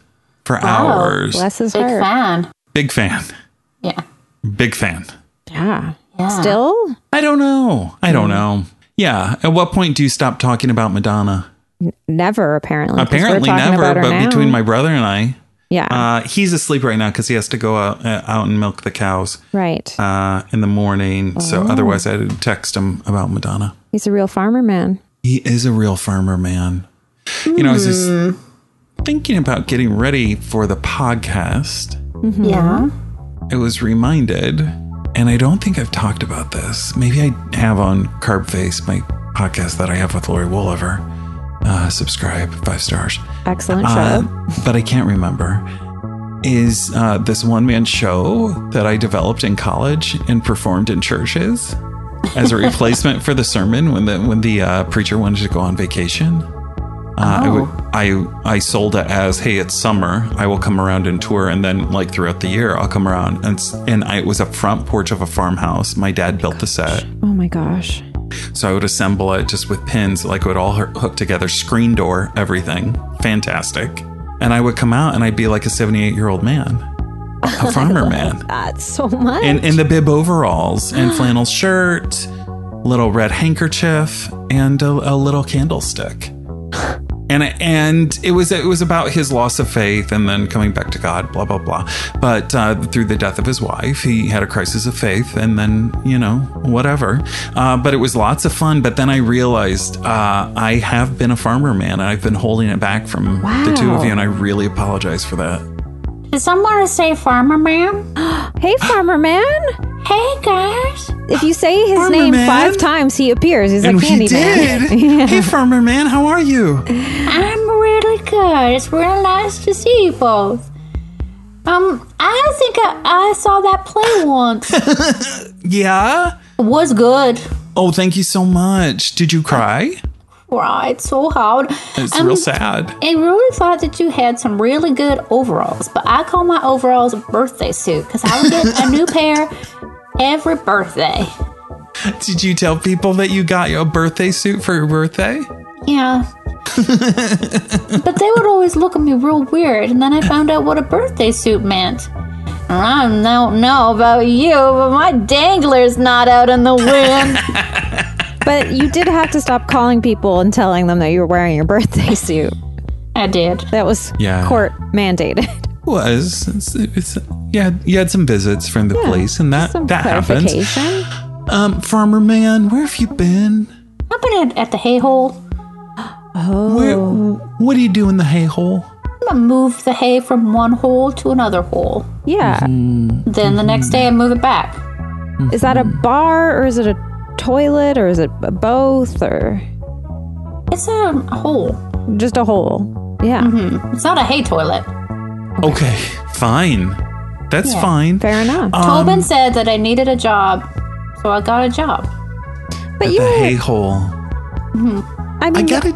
Speaker 3: For hours.
Speaker 2: bless his
Speaker 1: Big
Speaker 2: heart.
Speaker 1: fan.
Speaker 3: Big fan.
Speaker 1: Yeah.
Speaker 3: Big fan.
Speaker 2: Yeah.
Speaker 1: Yeah.
Speaker 2: Still?
Speaker 3: I don't know. I
Speaker 2: Mm.
Speaker 3: don't know. Yeah. At what point do you stop talking about Madonna?
Speaker 2: Never, apparently. 'cause we're
Speaker 3: Apparently
Speaker 2: talking
Speaker 3: never,
Speaker 2: about her
Speaker 3: but
Speaker 2: now.
Speaker 3: between my brother and I,
Speaker 2: Yeah.
Speaker 3: uh, he's asleep right now because he has to go out, uh, out and milk the cows.
Speaker 2: right.
Speaker 3: uh, in the morning.
Speaker 2: Oh.
Speaker 3: So otherwise, I'd text him about Madonna.
Speaker 2: He's a real farmer man.
Speaker 3: He is a real farmer man. You know, I was
Speaker 2: Hmm.
Speaker 3: just thinking about getting ready for the podcast.
Speaker 2: Mm-hmm.
Speaker 1: Yeah.
Speaker 3: I was reminded, and I don't think I've talked about this. Maybe I have on Carb Face, my podcast that I have with Lori Wolliver. Uh, subscribe, five stars.
Speaker 2: Excellent show.
Speaker 3: Uh, but I can't remember. Is uh, this one man show that I developed in college and performed in churches as a replacement for the sermon when the when the uh, preacher wanted to go on vacation? Uh, I, would, I I sold it as hey it's summer I will come around and tour and then like throughout the year I'll come around and s- and I, it was a front porch of a farmhouse my dad built the set
Speaker 2: oh my gosh.
Speaker 3: so I would assemble it just with pins, like it would all h- hook together, screen door, everything. Fantastic. And I would come out and I'd be like a 78 year old man, a farmer man,
Speaker 2: That's so much.
Speaker 3: in, in the bib overalls and flannel shirt, little red handkerchief, and a, a little candlestick. And, I- and it was it was about his loss of faith and then coming back to God, blah blah blah. But uh, through the death of his wife, he had a crisis of faith, and then you know whatever. Uh, but it was lots of fun. But then I realized uh, I have been a farmer man, and I've been holding it back from the two of
Speaker 2: Wow.
Speaker 3: you, and I really apologize for that.
Speaker 1: Did someone say farmer man?
Speaker 2: hey, farmer man.
Speaker 1: Hey guys.
Speaker 2: If you say his
Speaker 3: Farmer
Speaker 2: name
Speaker 3: man.
Speaker 2: five times, he appears. He's
Speaker 3: And
Speaker 2: like candy
Speaker 3: he did.
Speaker 2: man.
Speaker 3: Hey, farmer man, how are you?
Speaker 1: I'm really good. It's real nice to see you both. Um, I think I, I saw that play once. It
Speaker 3: Yeah.
Speaker 1: was good.
Speaker 3: Oh, thank you so much. Did you cry?
Speaker 1: Right, so hard.
Speaker 3: It's
Speaker 1: Um,
Speaker 3: real sad.
Speaker 1: I really thought that you had some really good overalls, but I call my overalls a birthday suit because I would get a new pair every birthday.
Speaker 3: Did you tell people that you got your birthday suit for your birthday?
Speaker 1: Yeah. but they would always look at me real weird, and then I found out what a birthday suit meant. And I don't know about you, but my dangler's not out in the wind.
Speaker 2: But you did have to stop calling people and telling them that you were wearing your birthday suit.
Speaker 1: I did.
Speaker 2: That was
Speaker 3: Yeah.
Speaker 2: court mandated.
Speaker 3: Was it's, it's, yeah, you had some visits from the police, and that
Speaker 2: Some
Speaker 3: that happens.
Speaker 2: clarification.
Speaker 3: Um, farmer man, where have you been?
Speaker 1: I've been at, at the hay hole.
Speaker 3: Where,
Speaker 2: Oh.
Speaker 3: what do you do in the hay hole?
Speaker 1: I'm gonna move the hay from one hole to another hole.
Speaker 2: Yeah.
Speaker 3: Mm-hmm.
Speaker 1: Then the next day I move it back.
Speaker 2: Is that a bar or is it a toilet or is it b- both or
Speaker 1: It's a hole.
Speaker 2: just a hole? Yeah.
Speaker 1: It's not a hay toilet.
Speaker 3: Okay, fine, that's fine.
Speaker 2: Fair enough.
Speaker 3: Uh,
Speaker 1: Tobin said that I needed a job, so I got a job.
Speaker 2: but
Speaker 3: At
Speaker 2: you
Speaker 3: the hay
Speaker 2: were,
Speaker 3: hole.
Speaker 2: I mean,
Speaker 3: I got it.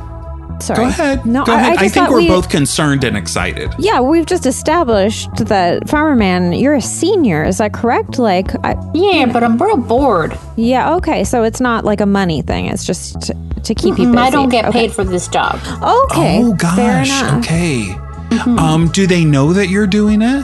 Speaker 2: sorry.
Speaker 3: Go ahead.
Speaker 2: No,
Speaker 3: Go
Speaker 2: I,
Speaker 3: ahead.
Speaker 2: I just
Speaker 3: think
Speaker 2: thought
Speaker 3: we're
Speaker 2: we,
Speaker 3: both concerned and excited.
Speaker 2: Yeah, we've just established that Farmer Man, you're a senior. Is that correct? Like, I,
Speaker 1: Yeah, but I'm real bored.
Speaker 2: yeah, okay. So it's not like a money thing. It's just to, to keep you busy.
Speaker 1: I don't get
Speaker 2: okay.
Speaker 1: paid for this job.
Speaker 2: Okay.
Speaker 3: Oh
Speaker 2: Fair
Speaker 3: gosh.
Speaker 2: enough. Mm-hmm.
Speaker 3: Okay. Um, do they know that you're doing it?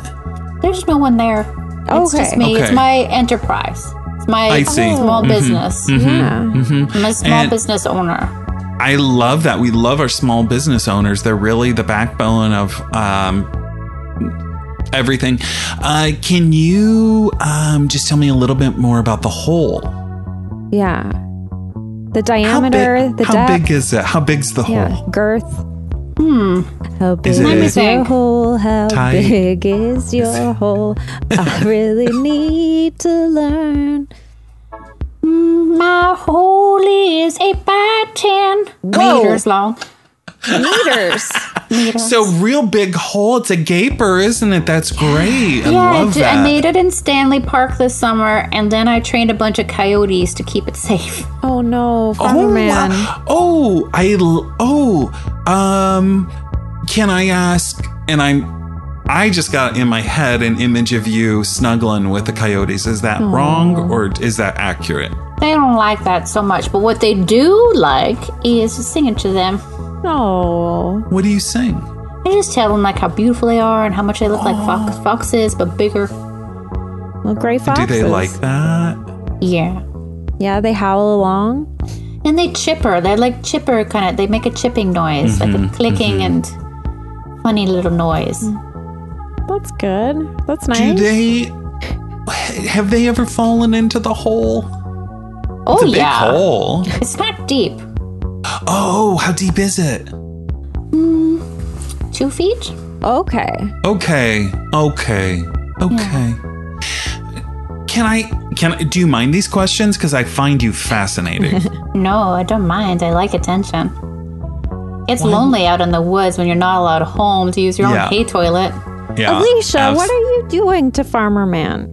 Speaker 1: There's no one there. It's
Speaker 2: Okay.
Speaker 1: just me. It's
Speaker 3: Okay.
Speaker 1: my enterprise. It's my
Speaker 3: I see. Mm-hmm.
Speaker 1: small business.
Speaker 2: Yeah.
Speaker 1: I'm a small
Speaker 3: And-
Speaker 1: business owner.
Speaker 3: I love that. We love our small business owners. They're really the backbone of um, everything. Uh, can you um, just tell me a little bit more about the hole?
Speaker 2: Yeah. The
Speaker 3: How
Speaker 2: diameter,
Speaker 3: big,
Speaker 2: the
Speaker 3: how
Speaker 2: depth,
Speaker 3: big is it? How big's the
Speaker 2: yeah,
Speaker 3: hole?
Speaker 2: girth. Hmm. How big
Speaker 3: Is
Speaker 2: is,
Speaker 3: it
Speaker 2: your
Speaker 1: Anything.
Speaker 2: hole? How
Speaker 3: tight?
Speaker 2: big is your hole? I really need to learn.
Speaker 1: My hole is eight by ten
Speaker 2: Whoa.
Speaker 1: meters long.
Speaker 2: Meters.
Speaker 3: So real big hole. It's a gaper, isn't it? That's great. I
Speaker 1: Yeah, I,
Speaker 3: love
Speaker 1: did,
Speaker 3: that.
Speaker 1: I made it in Stanley Park this summer, and then I trained a bunch of coyotes to keep it safe.
Speaker 2: oh no, farmer
Speaker 3: Oh,
Speaker 2: man.
Speaker 3: uh, oh, I l- oh, um, can I ask? And I'm, I just got in my head an image of you snuggling with the coyotes. Is that wrong or is that accurate?
Speaker 1: They don't like that so much, but what they do like is singing to them.
Speaker 2: No.
Speaker 3: What do you sing?
Speaker 1: I just tell them like how beautiful they are and how much they look like fox, foxes, but bigger.
Speaker 2: Well, gray foxes.
Speaker 3: Do they like that?
Speaker 1: Yeah.
Speaker 2: Yeah, they howl along.
Speaker 1: And they chipper. They're like chipper kind of. They make a chipping noise,
Speaker 3: Mm-hmm,
Speaker 1: like a clicking and funny little noise.
Speaker 2: That's good. That's nice.
Speaker 3: Do they? Have they ever fallen into the hole?
Speaker 1: Oh
Speaker 3: It's a big
Speaker 1: yeah,
Speaker 3: hole.
Speaker 1: it's not deep.
Speaker 3: Oh, how deep is it?
Speaker 1: Two feet.
Speaker 2: okay.
Speaker 3: Okay. Okay. Okay. Can I can I do you mind these questions cuz I find you fascinating.
Speaker 1: No, I don't mind. I like attention. It's lonely out in the woods when you're not allowed home to use your
Speaker 3: Yeah.
Speaker 1: own hay toilet.
Speaker 3: yeah.
Speaker 2: Alicia,
Speaker 3: abs-
Speaker 2: what are you doing to Farmer Man?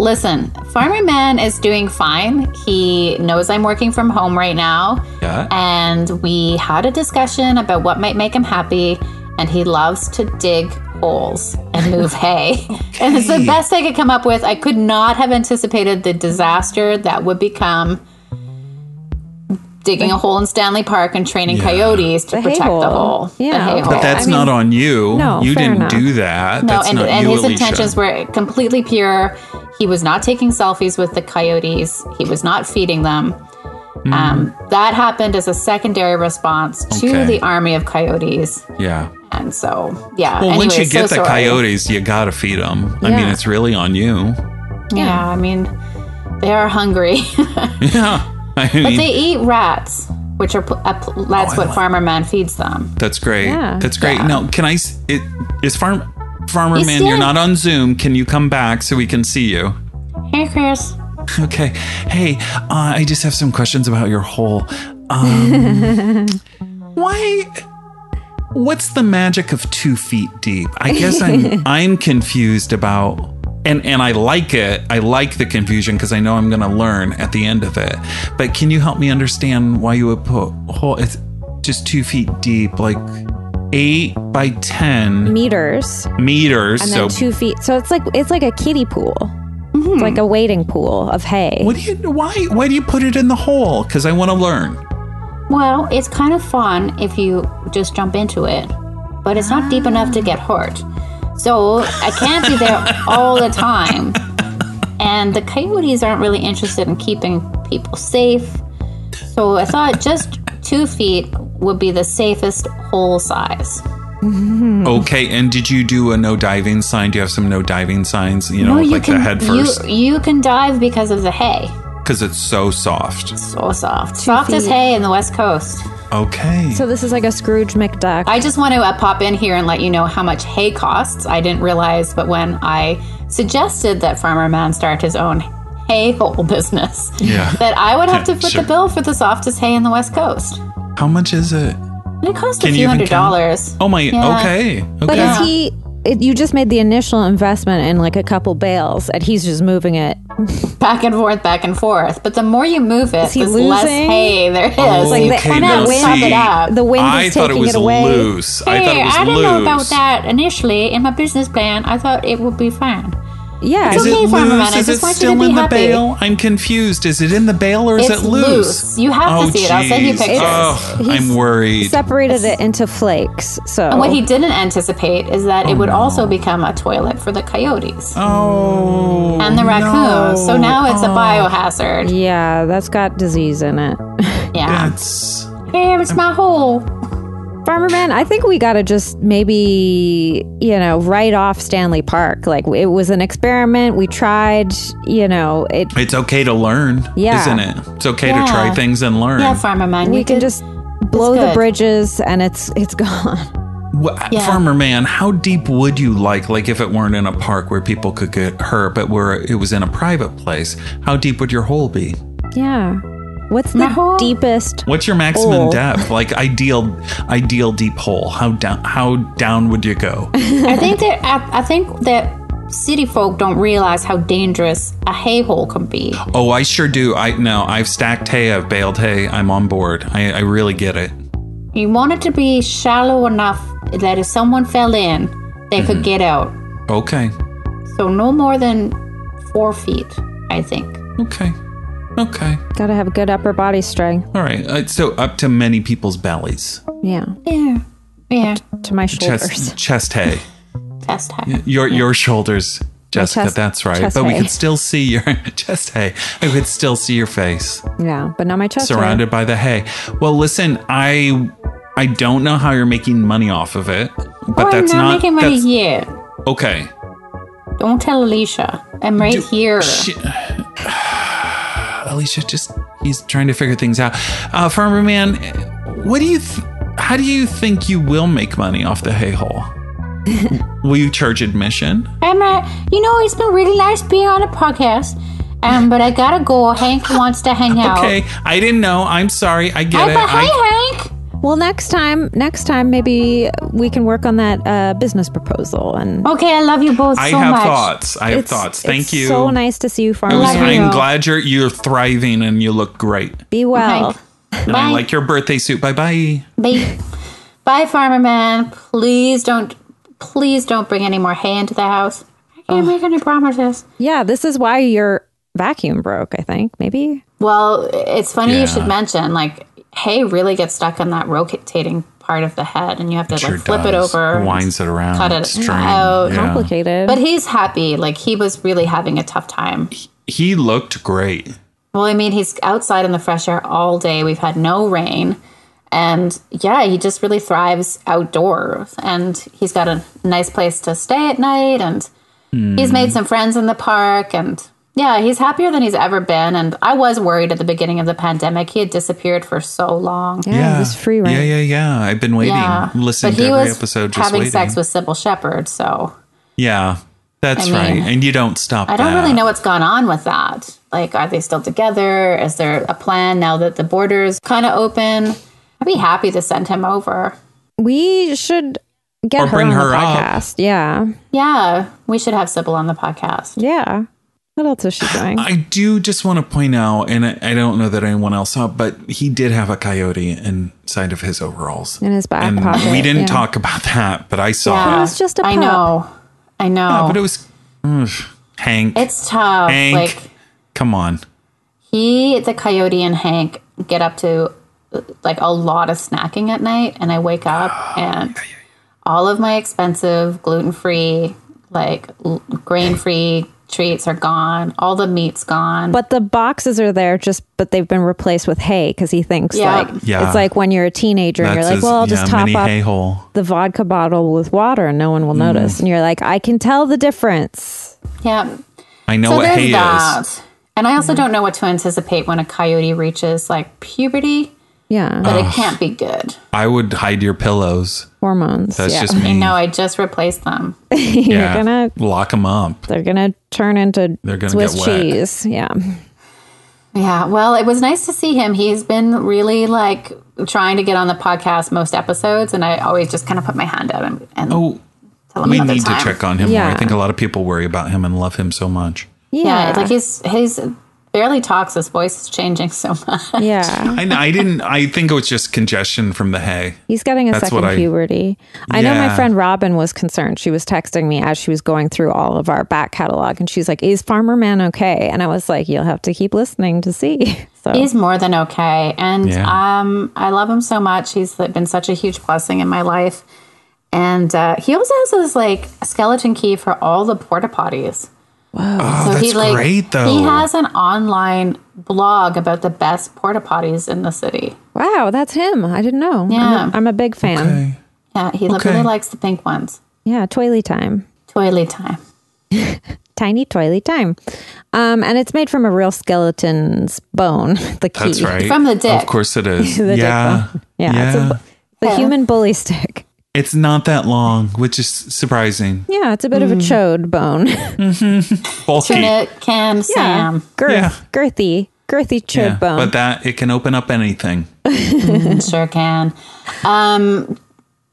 Speaker 1: Listen, Farmer Man is doing fine. He knows I'm working from home right now.
Speaker 3: Yeah.
Speaker 1: and we had a discussion about what might make him happy and he loves to dig holes and move hay and it's the
Speaker 3: Okay.
Speaker 1: best i could come up with i could not have anticipated the disaster that would become digging a hole in stanley park and training
Speaker 3: Yeah.
Speaker 1: coyotes to
Speaker 2: The hay
Speaker 1: protect the
Speaker 2: hole.
Speaker 1: hole
Speaker 2: Yeah,
Speaker 1: the hay
Speaker 2: okay.
Speaker 1: hole
Speaker 3: But that's
Speaker 2: I mean-
Speaker 3: not on you.
Speaker 2: No,
Speaker 3: you
Speaker 2: fair
Speaker 3: didn't
Speaker 2: enough.
Speaker 3: do that.
Speaker 1: no,
Speaker 3: that's
Speaker 1: and,
Speaker 3: not
Speaker 1: and
Speaker 3: you,
Speaker 1: his
Speaker 3: Alicia.
Speaker 1: intentions were completely pure. He was not taking selfies with the coyotes. He was not feeding them.
Speaker 3: Mm.
Speaker 1: Um, that happened as a secondary response to
Speaker 3: Okay.
Speaker 1: the army of coyotes.
Speaker 3: Yeah.
Speaker 1: And so, yeah.
Speaker 3: Well, once you
Speaker 1: anyways, so
Speaker 3: get the
Speaker 1: sorry.
Speaker 3: coyotes, you got to feed them. I mean,
Speaker 2: Yeah.
Speaker 3: it's really on you.
Speaker 1: yeah, I mean, they are hungry.
Speaker 3: Yeah. I mean, Oh,
Speaker 1: they eat rats, which are pl- a pl- that's
Speaker 3: I
Speaker 1: what
Speaker 3: like-
Speaker 1: farmer man feeds them.
Speaker 3: that's great.
Speaker 2: Yeah.
Speaker 3: That's great. Now, can I s- it is farm farmer
Speaker 1: He's
Speaker 3: man,
Speaker 1: still-
Speaker 3: you're not on Zoom. Can you come back so we can see you?
Speaker 1: Hey, Chris.
Speaker 3: Okay. Hey, uh, I just have some questions about your hole. Um, why? what's the magic of two feet deep? I guess I'm I'm confused about and and I like it. I like the confusion because I know I'm gonna learn at the end of it. But can you help me understand why you would put whole it's just two feet deep, like eight by ten
Speaker 2: meters
Speaker 3: meters.
Speaker 2: and
Speaker 3: so
Speaker 2: then two feet. So it's like it's like a kiddie pool. It's like a wading pool of hay.
Speaker 3: what do you why why do you put it in the hole? Because I wanna learn.
Speaker 1: Well, it's kind of fun if you just jump into it, but it's not deep enough to get hurt. So I can't be there all the time. And the coyotes aren't really interested in keeping people safe. So I thought just two feet would be the safest hole size.
Speaker 3: Okay, and did you do a no diving sign? Do you have some no diving signs? You know,
Speaker 1: No, you
Speaker 3: like
Speaker 1: can
Speaker 3: the head first
Speaker 1: You, you can dive because of the hay.
Speaker 3: because it's so soft.
Speaker 1: So soft. soft as
Speaker 2: feet.
Speaker 1: hay in the West Coast.
Speaker 3: Okay.
Speaker 2: So this is like a Scrooge McDuck.
Speaker 1: I just want to uh, pop in here and let you know how much hay costs. I didn't realize, but when I suggested that Farmer Man start his own hay hole business,
Speaker 3: Yeah.
Speaker 1: that I would have to foot
Speaker 3: Sure.
Speaker 1: the bill for the softest hay in the West Coast.
Speaker 3: How much is it?
Speaker 1: And it cost
Speaker 3: Can
Speaker 1: a
Speaker 3: you
Speaker 1: few
Speaker 3: even
Speaker 1: hundred
Speaker 3: count?
Speaker 1: dollars.
Speaker 3: Oh my.
Speaker 1: Yeah.
Speaker 3: Okay.
Speaker 2: but
Speaker 3: Okay.
Speaker 2: is he? It, you just made the initial investment in like a couple bales, and he's just moving it.
Speaker 1: Back and forth, back and forth. But the more you move it,
Speaker 2: he
Speaker 1: there's less
Speaker 2: losing?
Speaker 1: hay there is.
Speaker 2: like the-
Speaker 3: Oh, okay,
Speaker 2: and
Speaker 3: now
Speaker 2: that wind-
Speaker 3: see,
Speaker 1: Pop it up.
Speaker 2: The wind
Speaker 3: I
Speaker 2: is
Speaker 3: thought it
Speaker 2: taking
Speaker 3: was
Speaker 2: it away.
Speaker 3: loose. I thought
Speaker 1: Hey,
Speaker 3: it was
Speaker 1: I didn't
Speaker 3: loose.
Speaker 1: know about that initially. In my business plan, I thought it would be fine.
Speaker 2: Yeah,
Speaker 1: It's
Speaker 3: Is it
Speaker 1: okay, Farmer Man,
Speaker 3: loose?
Speaker 1: I
Speaker 3: Is it
Speaker 1: just want you to
Speaker 3: still
Speaker 1: be
Speaker 3: in the
Speaker 1: happy.
Speaker 3: bale? I'm confused. Is it in the bale or is
Speaker 1: It's
Speaker 3: it loose?
Speaker 1: loose. You have to
Speaker 3: Oh,
Speaker 1: see it. I'll send you
Speaker 3: jeez.
Speaker 1: pictures.
Speaker 3: Oh,
Speaker 2: He's
Speaker 3: I'm worried.
Speaker 2: separated it into flakes. So
Speaker 1: And what
Speaker 3: Oh.
Speaker 1: he didn't anticipate is that it would also become a toilet for the coyotes
Speaker 3: oh.
Speaker 1: and the raccoons. So
Speaker 3: no.
Speaker 1: now it's a biohazard.
Speaker 2: yeah, that's got disease in it.
Speaker 1: Yeah.
Speaker 3: That's.
Speaker 1: Here is my hole.
Speaker 2: Farmer man, I think we gotta just maybe you know write off Stanley Park. Like it was an experiment. We tried. You know, it.
Speaker 3: It's okay to learn,
Speaker 2: Yeah.
Speaker 3: isn't it? It's okay to
Speaker 1: Yeah.
Speaker 3: try things and learn.
Speaker 1: Yeah, farmer man.
Speaker 2: We
Speaker 1: you
Speaker 2: can
Speaker 1: did-
Speaker 2: just blow the
Speaker 1: good.
Speaker 2: bridges, and it's it's gone.
Speaker 3: Wha-
Speaker 1: Yeah.
Speaker 3: Farmer man, how deep would you like? Like if it weren't in a park where people could get hurt, but where it was in a private place, how deep would your hole be?
Speaker 2: Yeah. What's the
Speaker 1: My whole-
Speaker 2: deepest?
Speaker 3: What's your maximum
Speaker 1: Oh.
Speaker 2: Hole.
Speaker 3: depth? Like ideal, ideal deep hole. How down? How down would you go?
Speaker 1: I think that I, I think that city folk don't realize how dangerous a hay hole can be.
Speaker 3: oh, I sure do. I no, I've stacked hay, I've baled hay. I'm on board. I, I really get it.
Speaker 1: You want it to be shallow enough that if someone fell in, they could get out.
Speaker 3: Okay,
Speaker 1: So no more than four feet, I think.
Speaker 3: okay, okay.
Speaker 2: Gotta have good upper body strength.
Speaker 3: All right. Uh, so up to many people's bellies,
Speaker 2: Yeah.
Speaker 1: Yeah. Yeah.
Speaker 2: To my shoulders.
Speaker 3: chest, chest hay.
Speaker 1: Test high.
Speaker 3: Your your shoulders, Jessica.
Speaker 2: chest-
Speaker 3: that's right.
Speaker 2: chest
Speaker 3: But we
Speaker 2: hay.
Speaker 3: could still see your chest hay. I could still see your face
Speaker 2: Yeah. But not my chest. right?
Speaker 3: surrounded by the hay. Well, listen, I I don't know how you're making money off of it, but
Speaker 1: oh,
Speaker 3: that's
Speaker 1: I'm not,
Speaker 3: not
Speaker 1: making money
Speaker 3: that's-
Speaker 1: yet.
Speaker 3: okay.
Speaker 1: Don't tell Alicia. I'm right here.
Speaker 3: Sh- Alicia, just he's trying to figure things out. Uh, Farmer man, what do you? Th- how do you think you will make money off the hay hole? will you charge admission?
Speaker 1: I'm a, uh, you know, it's been really nice being on a podcast, um, but I gotta go. Hank wants to hang out.
Speaker 3: Okay, I didn't know. I'm sorry. I get
Speaker 1: Hi,
Speaker 3: it.
Speaker 1: but hi,
Speaker 3: I-
Speaker 1: Hank.
Speaker 2: Well, next time, next time, maybe we can work on that uh, business proposal. And
Speaker 1: Okay, I love you both
Speaker 3: I
Speaker 1: so
Speaker 3: have
Speaker 1: much.
Speaker 3: thoughts. I have
Speaker 2: It's-
Speaker 3: thoughts. Thank
Speaker 2: it's
Speaker 3: you.
Speaker 2: So nice to see you,
Speaker 3: It
Speaker 2: Farmer.
Speaker 3: was-
Speaker 1: Love
Speaker 2: man.
Speaker 1: you.
Speaker 3: I'm glad you're you're thriving and you look great.
Speaker 2: Be well.
Speaker 1: Hank,
Speaker 3: And I
Speaker 1: Bye.
Speaker 3: like your birthday suit. Bye bye.
Speaker 1: Bye. Bye, Farmer Man. Please don't, please don't bring any more hay into the house. I can't make any promises.
Speaker 2: Yeah, this is why your vacuum broke. I think maybe.
Speaker 1: Well, it's funny
Speaker 3: Yeah.
Speaker 1: you should mention, like, hay really gets stuck in that rotating part of the head, and you have to, like, flip it over.
Speaker 3: Winds it around.
Speaker 1: cut it
Speaker 3: string.
Speaker 1: out.
Speaker 3: Yeah.
Speaker 2: Complicated.
Speaker 1: But he's happy. Like, he was really having a tough time.
Speaker 3: He looked great.
Speaker 1: Well, I mean, he's outside in the fresh air all day. We've had no rain. And yeah, he just really thrives outdoors. And he's got a nice place to stay at night. And he's
Speaker 3: Hmm.
Speaker 1: made some friends in the park. And yeah, he's happier than he's ever been. And I was worried at the beginning of the pandemic. He had disappeared for so long.
Speaker 2: yeah, it was free range.
Speaker 3: Yeah, yeah, yeah. I've been waiting,
Speaker 1: Yeah.
Speaker 3: listening
Speaker 1: but
Speaker 3: to
Speaker 1: he
Speaker 3: every
Speaker 1: was
Speaker 3: episode, just
Speaker 1: having
Speaker 3: waiting.
Speaker 1: sex with Sybil Shepherd. So
Speaker 3: yeah, that's
Speaker 1: I mean,
Speaker 3: right. And you don't stop.
Speaker 1: I don't
Speaker 3: that.
Speaker 1: really know what's gone on with that. Like, are they still together? Is there a plan now that the border's kind of open? I'd be happy to send him over.
Speaker 2: We should get
Speaker 3: Or
Speaker 2: her
Speaker 3: bring
Speaker 2: on
Speaker 3: her
Speaker 2: the
Speaker 3: up.
Speaker 2: podcast. Yeah.
Speaker 1: Yeah, we should have Sybil on the podcast.
Speaker 2: Yeah. What else is she doing?
Speaker 3: I do just want to point out, and I I don't know that anyone else saw, but he did have a coyote inside of his overalls.
Speaker 2: In his back
Speaker 3: and
Speaker 2: pocket,
Speaker 3: We didn't
Speaker 2: yeah.
Speaker 3: talk about that, but I saw
Speaker 1: Yeah,
Speaker 2: It
Speaker 3: it.
Speaker 2: was just a
Speaker 1: I
Speaker 2: pup.
Speaker 1: know. I know.
Speaker 3: Yeah, but it was ugh, Hank.
Speaker 1: it's tough.
Speaker 3: Hank.
Speaker 1: Like
Speaker 3: Come on.
Speaker 1: he, the coyote, and Hank get up to uh, like a lot of snacking at night, and I wake up and all of my expensive gluten free, like grain free treats are gone. All the meat's gone.
Speaker 2: But the boxes are there just, but they've been replaced with hay because he thinks
Speaker 1: Yeah.
Speaker 2: like
Speaker 3: Yeah.
Speaker 2: it's like when you're a teenager and you're like,
Speaker 3: his-
Speaker 2: well, I'll just
Speaker 3: yeah,
Speaker 2: top
Speaker 3: mini hay Mm.
Speaker 2: up
Speaker 3: hole.
Speaker 2: the vodka bottle with water and no one will notice. And you're like, I can tell the difference.
Speaker 1: yeah,
Speaker 3: I know what hay is. Mm-hmm.
Speaker 1: And I also don't know what to anticipate when a coyote reaches like puberty,
Speaker 2: Yeah.
Speaker 3: Uh,
Speaker 1: but it can't be good.
Speaker 3: I would hide your pillows.
Speaker 2: Hormones.
Speaker 3: That's
Speaker 2: yeah.
Speaker 3: just me.
Speaker 1: I know I just replaced them.
Speaker 2: you're
Speaker 3: Yeah.
Speaker 2: gonna
Speaker 3: lock them up.
Speaker 2: they're gonna turn into
Speaker 3: They're gonna
Speaker 2: Swiss
Speaker 3: get wet.
Speaker 2: cheese. Yeah.
Speaker 1: Yeah, well, it was nice to see him. He's been really like trying to get on the podcast most episodes, and I always just kind of put my hand out and, and
Speaker 3: Oh,
Speaker 1: tell him
Speaker 3: we
Speaker 1: another
Speaker 3: need
Speaker 1: time.
Speaker 3: to check on him more.
Speaker 2: Yeah.
Speaker 3: I think a lot of people worry about him and love him so much.
Speaker 1: Yeah,
Speaker 2: Yeah.
Speaker 1: like he's he's barely talks. His voice is changing so much.
Speaker 2: yeah.
Speaker 3: I, I didn't. I think it was just congestion from the hay.
Speaker 2: He's getting a
Speaker 3: That's
Speaker 2: second
Speaker 3: what I-
Speaker 2: puberty. I know my
Speaker 3: Yeah.
Speaker 2: friend Robin was concerned. She was texting me as she was going through all of our back catalog and she's like, Is Farmer Man okay? And I was like, You'll have to keep listening to see. So
Speaker 1: He's more than okay, and
Speaker 3: Yeah.
Speaker 1: um, I love him so much. He's been such a huge blessing in my life, and uh, he also has this like skeleton key for all the porta potties. Wow, so
Speaker 3: Oh, that's great, though.
Speaker 1: He has an online blog about the best porta potties in the city.
Speaker 2: wow, that's him. I didn't know. I'm a-
Speaker 1: Yeah.
Speaker 2: I'm a, big fan.
Speaker 3: Okay.
Speaker 1: Yeah, he
Speaker 3: Okay.
Speaker 1: really likes the pink ones.
Speaker 2: Yeah, toily time.
Speaker 1: Toilet time.
Speaker 2: Tiny toily time. Um, and it's made from a real skeleton's bone, the key.
Speaker 3: That's right.
Speaker 1: From the dick.
Speaker 3: Of course it is.
Speaker 2: The dick
Speaker 3: yeah.
Speaker 2: bone.
Speaker 3: yeah.
Speaker 2: Yeah. It's, a, bu- the
Speaker 1: Yeah.
Speaker 2: human bully stick.
Speaker 3: It's not that long, which is surprising.
Speaker 2: Yeah, it's a bit of a
Speaker 1: Mm.
Speaker 2: chode bone.
Speaker 3: Bulky. Yeah.
Speaker 1: Tuna can Sam.
Speaker 2: Girth,
Speaker 3: Yeah.
Speaker 2: girthy, girthy chode bone.
Speaker 3: But that it can open up anything.
Speaker 1: Sure can. Um,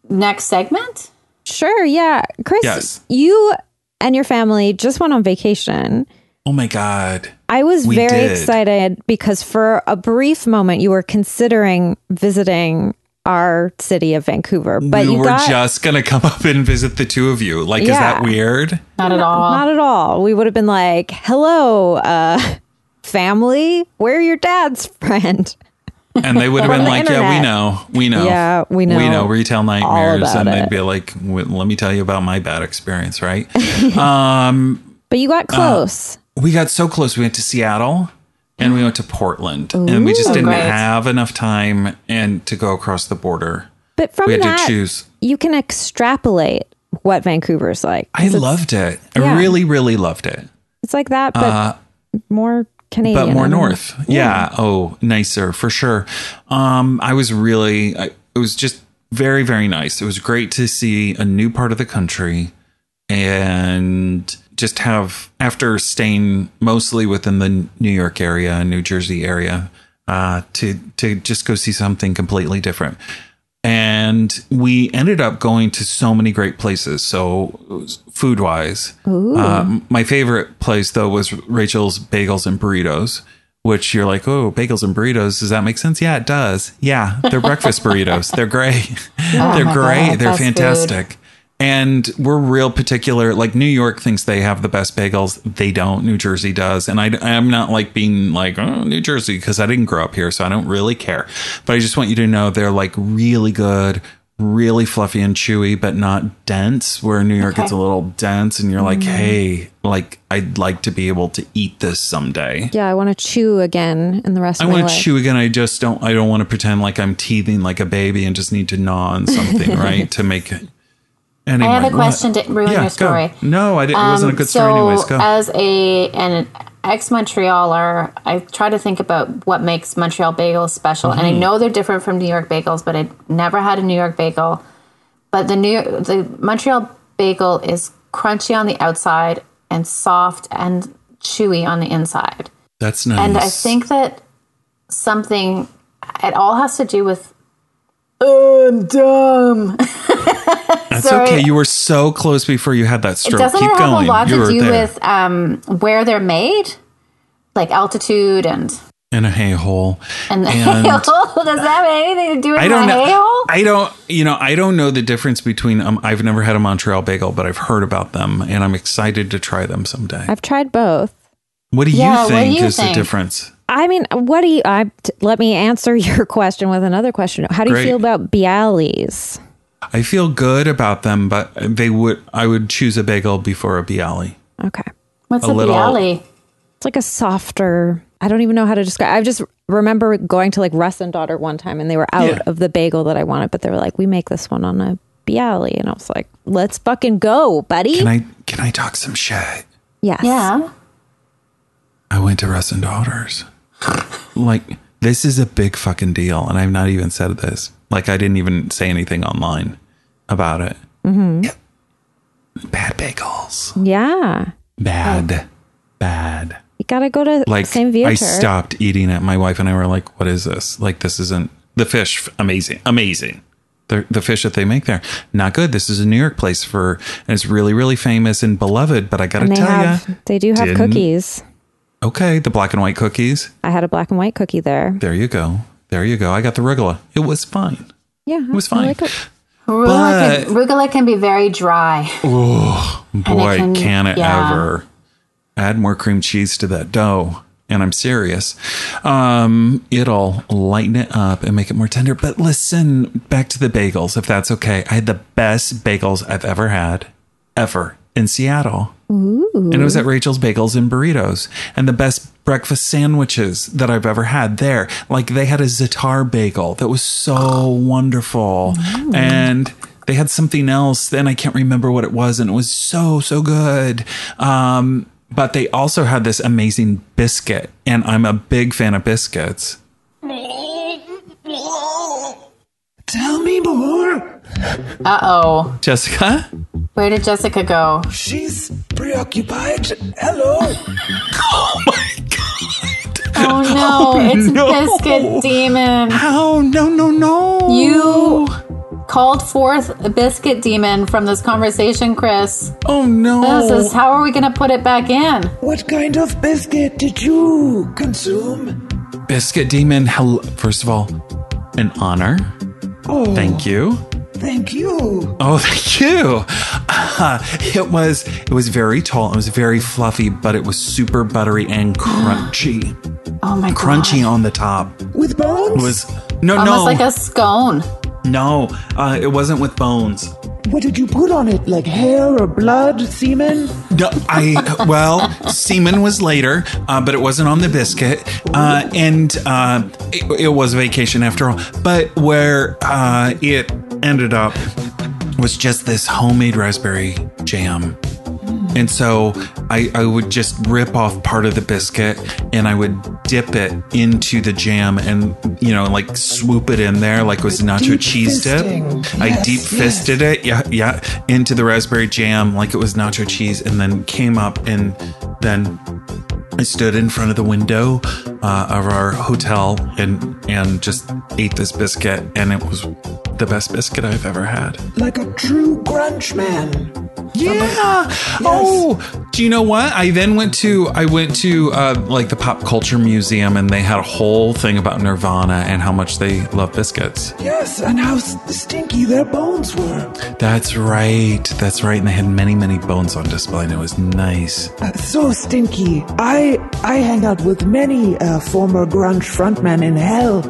Speaker 1: next segment.
Speaker 2: Sure, yeah. Chris,
Speaker 3: Yes.
Speaker 2: you and your family just went on vacation.
Speaker 3: Oh my god.
Speaker 2: I was
Speaker 3: We
Speaker 2: very
Speaker 3: did.
Speaker 2: excited because for a brief moment you were considering visiting our city of Vancouver, but
Speaker 3: we
Speaker 2: you
Speaker 3: were
Speaker 2: got
Speaker 3: just gonna come up and visit the two of you. Like, is
Speaker 2: Yeah.
Speaker 3: that weird?
Speaker 1: Not at all.
Speaker 2: not at all. We would have been like, "Hello, uh, family, we're your dad's friend."
Speaker 3: And they would have
Speaker 2: From
Speaker 3: been
Speaker 2: the
Speaker 3: like, "Yeah,
Speaker 2: internet.
Speaker 3: we know, we know,
Speaker 2: Yeah, we
Speaker 3: we
Speaker 2: know
Speaker 3: know." Retail nightmares,
Speaker 2: about
Speaker 3: and they'd
Speaker 2: it.
Speaker 3: be like, "W- "Let me tell you about my bad experience." Right?
Speaker 2: But you
Speaker 3: uh,
Speaker 2: got close.
Speaker 3: we got so close. We went to Seattle, and we went to Portland, and we just didn't
Speaker 1: great.
Speaker 3: have enough time and to go across the border.
Speaker 2: but from
Speaker 3: We had
Speaker 2: that,
Speaker 3: to choose.
Speaker 2: you can extrapolate what Vancouver's like.
Speaker 3: I
Speaker 2: 'Cause it's-
Speaker 3: loved it.
Speaker 2: yeah.
Speaker 3: I really, really loved it.
Speaker 2: It's like that, but more Canadian,
Speaker 3: uh, but more
Speaker 2: I don't know.
Speaker 3: north. Yeah. Oh, nicer for sure. Um, I was really, I, it was just very, very nice. It was great to see a new part of the country and just have, after staying mostly within the New York area and New Jersey area, uh, to, to just go see something completely different. And we ended up going to so many great places. So, food wise, um, my favorite place though was Rachel's Bagels and Burritos, which you're like, oh, bagels and burritos. Does that make sense? Yeah, it does. Yeah, they're breakfast burritos. They're great. they're
Speaker 1: Oh my
Speaker 3: great.
Speaker 1: God,
Speaker 3: they're
Speaker 1: fast food.
Speaker 3: fantastic. And we're real particular. Like New York thinks they have the best bagels. They don't. New Jersey does. And I, I'm not like being like, oh, New Jersey, because I didn't grow up here. So I don't really care. But I just want you to know they're like really good, really fluffy and chewy, but not dense. Where in New York, it's a little dense. And you're like,
Speaker 1: Mm-hmm.
Speaker 3: hey, like, I'd like to be able to eat this someday.
Speaker 2: Yeah, I want to chew again in the rest
Speaker 3: I
Speaker 2: of my
Speaker 3: want
Speaker 2: life.
Speaker 3: to chew again. I just don't. I don't want to pretend like I'm teething like a baby and just need to gnaw on something, right, to make it. Anyway,
Speaker 1: I have a
Speaker 3: what?
Speaker 1: question to ruin
Speaker 3: Yeah,
Speaker 1: your story.
Speaker 3: Go. No, I didn't, it wasn't a
Speaker 1: Um,
Speaker 3: good
Speaker 1: so
Speaker 3: story. Anyways, go.
Speaker 1: as a an ex Montrealer, I try to think about what makes Montreal bagels special, and I
Speaker 3: Mm-hmm.
Speaker 1: know they're different from New York bagels, but I never had a New York bagel. But the New the Montreal bagel is crunchy on the outside and soft and chewy on the inside.
Speaker 3: That's nice.
Speaker 1: And I think that something it all has to do with "Oh, I'm dumb.
Speaker 3: That's
Speaker 1: Sorry.
Speaker 3: okay. You were so close before you had that stroke.
Speaker 1: Doesn't
Speaker 3: Keep
Speaker 1: it have
Speaker 3: going.
Speaker 1: a lot
Speaker 3: you
Speaker 1: to
Speaker 3: were
Speaker 1: do
Speaker 3: there.
Speaker 1: with um, where they're made, like altitude and
Speaker 3: in a hay hole.
Speaker 1: and,
Speaker 3: And-
Speaker 1: does that have anything to do with
Speaker 3: I
Speaker 1: my
Speaker 3: don't know.
Speaker 1: hole?
Speaker 3: I don't. You know, I don't know the difference between. Um, I've never had a Montreal bagel, but I've heard about them, and I'm excited to try them someday.
Speaker 2: I've tried both.
Speaker 3: what do you
Speaker 1: Yeah, what do
Speaker 3: think
Speaker 1: you
Speaker 3: is
Speaker 1: think?
Speaker 3: the difference?
Speaker 2: I mean, what do you? I t- let me answer your question with another question. How do you
Speaker 3: Great.
Speaker 2: feel about Bialys?
Speaker 3: I feel good about them, but they would. I would choose a bagel before a bialy.
Speaker 2: Okay,
Speaker 1: What's
Speaker 3: a
Speaker 1: a,
Speaker 3: little-
Speaker 1: bialy?
Speaker 2: it's like a softer. I don't even know how to describe. I just remember going to like Russ and Daughter one time, and they were out
Speaker 3: Yeah.
Speaker 2: of the bagel that I wanted, but they were like, "We make this one on a Bialy," and I was like, "Let's fucking go, buddy!"
Speaker 3: Can I? Can I talk some shit?
Speaker 2: yes,
Speaker 1: Yeah.
Speaker 3: I went to Russ and Daughters. like this is a big fucking deal, and I've not even said this. Like I didn't even say anything online about it. Mm-hmm. Bad bagels.
Speaker 2: yeah.
Speaker 3: Bad. Bad.
Speaker 2: You gotta go to
Speaker 3: Like
Speaker 2: Saint
Speaker 3: I
Speaker 2: Oh. Viator.
Speaker 3: stopped eating it. My wife and I were like, "What is this? Like this isn't the fish. Amazing, amazing." The, the fish that they make there not good this is a new york place for and it's really really famous and beloved but i gotta
Speaker 2: and they
Speaker 3: tell
Speaker 2: have,
Speaker 3: you
Speaker 2: they do have
Speaker 3: didn't-
Speaker 2: cookies.
Speaker 3: okay the black and white cookies
Speaker 2: I had a black and white cookie there.
Speaker 3: There you go. There you go. I got the Rigala. It was fine.
Speaker 2: Yeah, it
Speaker 3: was fine.
Speaker 1: Rugula,
Speaker 3: But-
Speaker 1: can, rugula can be very dry.
Speaker 3: Boy,
Speaker 1: can-
Speaker 3: can, it
Speaker 1: yeah.
Speaker 3: ever. Add more cream cheese to that dough. And I'm serious. Um, it'll lighten it up and make it more tender. But listen, back to the bagels, if that's okay. I had the best bagels I've ever had, ever, in Seattle. And it was at Rachel's Bagels and Burritos. And the best breakfast sandwiches that I've ever had there. Like they had a Zatar bagel that was so wonderful. And they had something else, then I can't remember what it was, and it was so, so good. Um, but they also had this amazing biscuit, and I'm a big fan of biscuits.
Speaker 5: Tell me more.
Speaker 1: Uh oh.
Speaker 3: Jessica?
Speaker 1: Where did Jessica go?
Speaker 5: She's preoccupied. Hello.
Speaker 1: Oh no, it's Biscuit Demon.
Speaker 3: Oh, no, no, no.
Speaker 1: You called forth a Biscuit Demon from this conversation, Chris.
Speaker 3: Oh, no.
Speaker 1: This is how are we going to put it back in?
Speaker 5: What kind of biscuit did you consume?
Speaker 3: Biscuit Demon, hello. First of all, an honor.
Speaker 5: Oh,
Speaker 3: Thank you.
Speaker 5: thank you.
Speaker 3: Oh, thank you. Uh, it was it was very tall. It was very fluffy, but it was super buttery and crunchy.
Speaker 1: Oh my
Speaker 3: Crunchy
Speaker 1: god.
Speaker 3: on the top. It
Speaker 5: With bones?
Speaker 3: was no,
Speaker 1: Almost
Speaker 3: no,
Speaker 1: like a scone.
Speaker 3: no. Uh, it wasn't with bones.
Speaker 5: What did you put on it? Like hair or blood, semen?
Speaker 3: No, I well, semen was later, uh, but it wasn't on the biscuit, uh, and uh, it, it was vacation after all. But where uh, it ended up was just this homemade raspberry jam. And so I, I would just rip off part of the biscuit and I would dip it into the jam and, you know, like swoop it in there like it was nacho
Speaker 5: Deep
Speaker 3: cheese dip.
Speaker 5: fisting.
Speaker 3: I
Speaker 5: Yes,
Speaker 3: deep fisted it, yeah, yeah, into the raspberry jam like it was nacho cheese and then came up and then I stood in front of the window uh, of our hotel and and just ate this biscuit and it was the best biscuit I've ever had.
Speaker 5: Like a true grunge man.
Speaker 3: Yeah. Oh, do you know what? I then went to I went to uh, like the pop culture museum, and they had a whole thing about Nirvana and how much they love biscuits.
Speaker 5: Yes, and how s- stinky their bones were.
Speaker 3: That's right. That's right. And they had many, many bones on display, and it was nice.
Speaker 5: Uh, so stinky. I I hang out with many uh, former grunge frontmen in hell.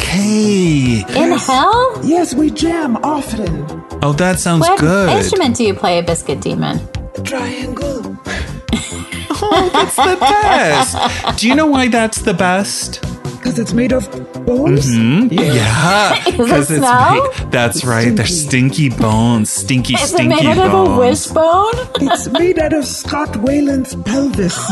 Speaker 3: Okay.
Speaker 1: In hell?
Speaker 5: Yes, we jam often.
Speaker 3: Oh, that sounds
Speaker 1: What
Speaker 3: good.
Speaker 1: instrument do you play, Biscuit Demon?
Speaker 5: Triangle.
Speaker 3: It's the best. do you know why that's the best?
Speaker 5: Because it's made of bones?
Speaker 3: Mm-hmm. Yeah, because it's
Speaker 1: smell?
Speaker 3: made, that's right. They're stinky bones, stinky,
Speaker 1: Is it
Speaker 3: stinky
Speaker 1: made out
Speaker 3: bones.
Speaker 1: of a wishbone?
Speaker 5: It's made out of Scott Whalen's pelvis.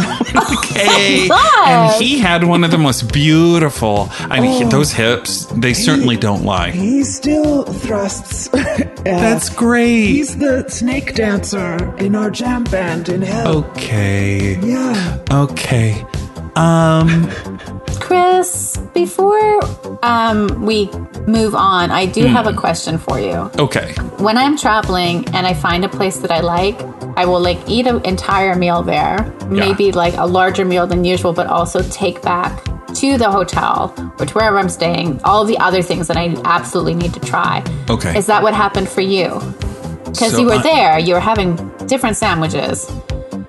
Speaker 3: Hey, and he had one of the most beautiful. I mean,
Speaker 1: Oh.
Speaker 3: he- those hips, they certainly don't lie.
Speaker 5: he still thrusts. Uh,
Speaker 3: That's great.
Speaker 5: He's the snake dancer in our jam band in
Speaker 3: Oh.
Speaker 5: hell.
Speaker 3: Okay.
Speaker 5: Yeah.
Speaker 3: Okay. Um,
Speaker 1: Chris, before um, we move on, I do
Speaker 3: Hmm.
Speaker 1: have a question for you.
Speaker 3: Okay.
Speaker 1: When I'm traveling and I find a place that I like, I will like eat an entire meal there, maybe like a larger meal than usual, but also take back to the hotel or to wherever I'm staying all the other things that I absolutely need to try.
Speaker 3: Okay.
Speaker 1: Is that what happened for you? Because
Speaker 3: So
Speaker 1: you were
Speaker 3: I-
Speaker 1: there, you were having different sandwiches.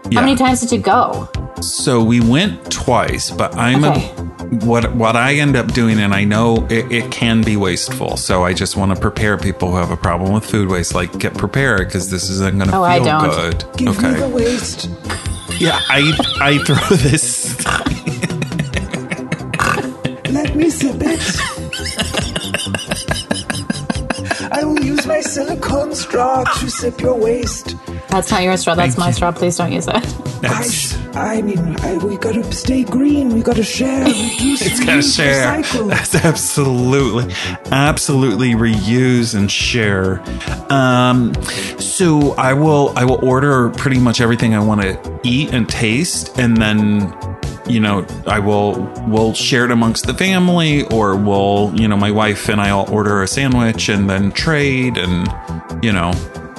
Speaker 3: Yeah.
Speaker 1: How many times did you go?
Speaker 3: So we went twice, but I'm a,
Speaker 1: Okay.
Speaker 3: what what I end up doing, and I know it, it can be wasteful. So I just want to prepare people who have a problem with food waste, like get prepared because this isn't going to
Speaker 1: Oh, I
Speaker 3: feel
Speaker 1: don't.
Speaker 3: good.
Speaker 5: Give me the
Speaker 3: okay.
Speaker 5: waste.
Speaker 3: Yeah, I I throw this.
Speaker 5: Let me sip it. I will use my silicone straw to sip your waste.
Speaker 1: That's not your straw, that's my straw. Please don't use it.
Speaker 5: I, I mean, I, we gotta stay green. We gotta share, reduce,
Speaker 3: It's gotta
Speaker 5: reuse,
Speaker 3: share.
Speaker 5: recycle.
Speaker 3: That's absolutely, absolutely reuse and share. Um, so I will, I will order pretty much everything I want to eat and taste, and then, you know, I will, we'll share it amongst the family, or we'll, you know, my wife and I'll order a sandwich and then trade, and you know,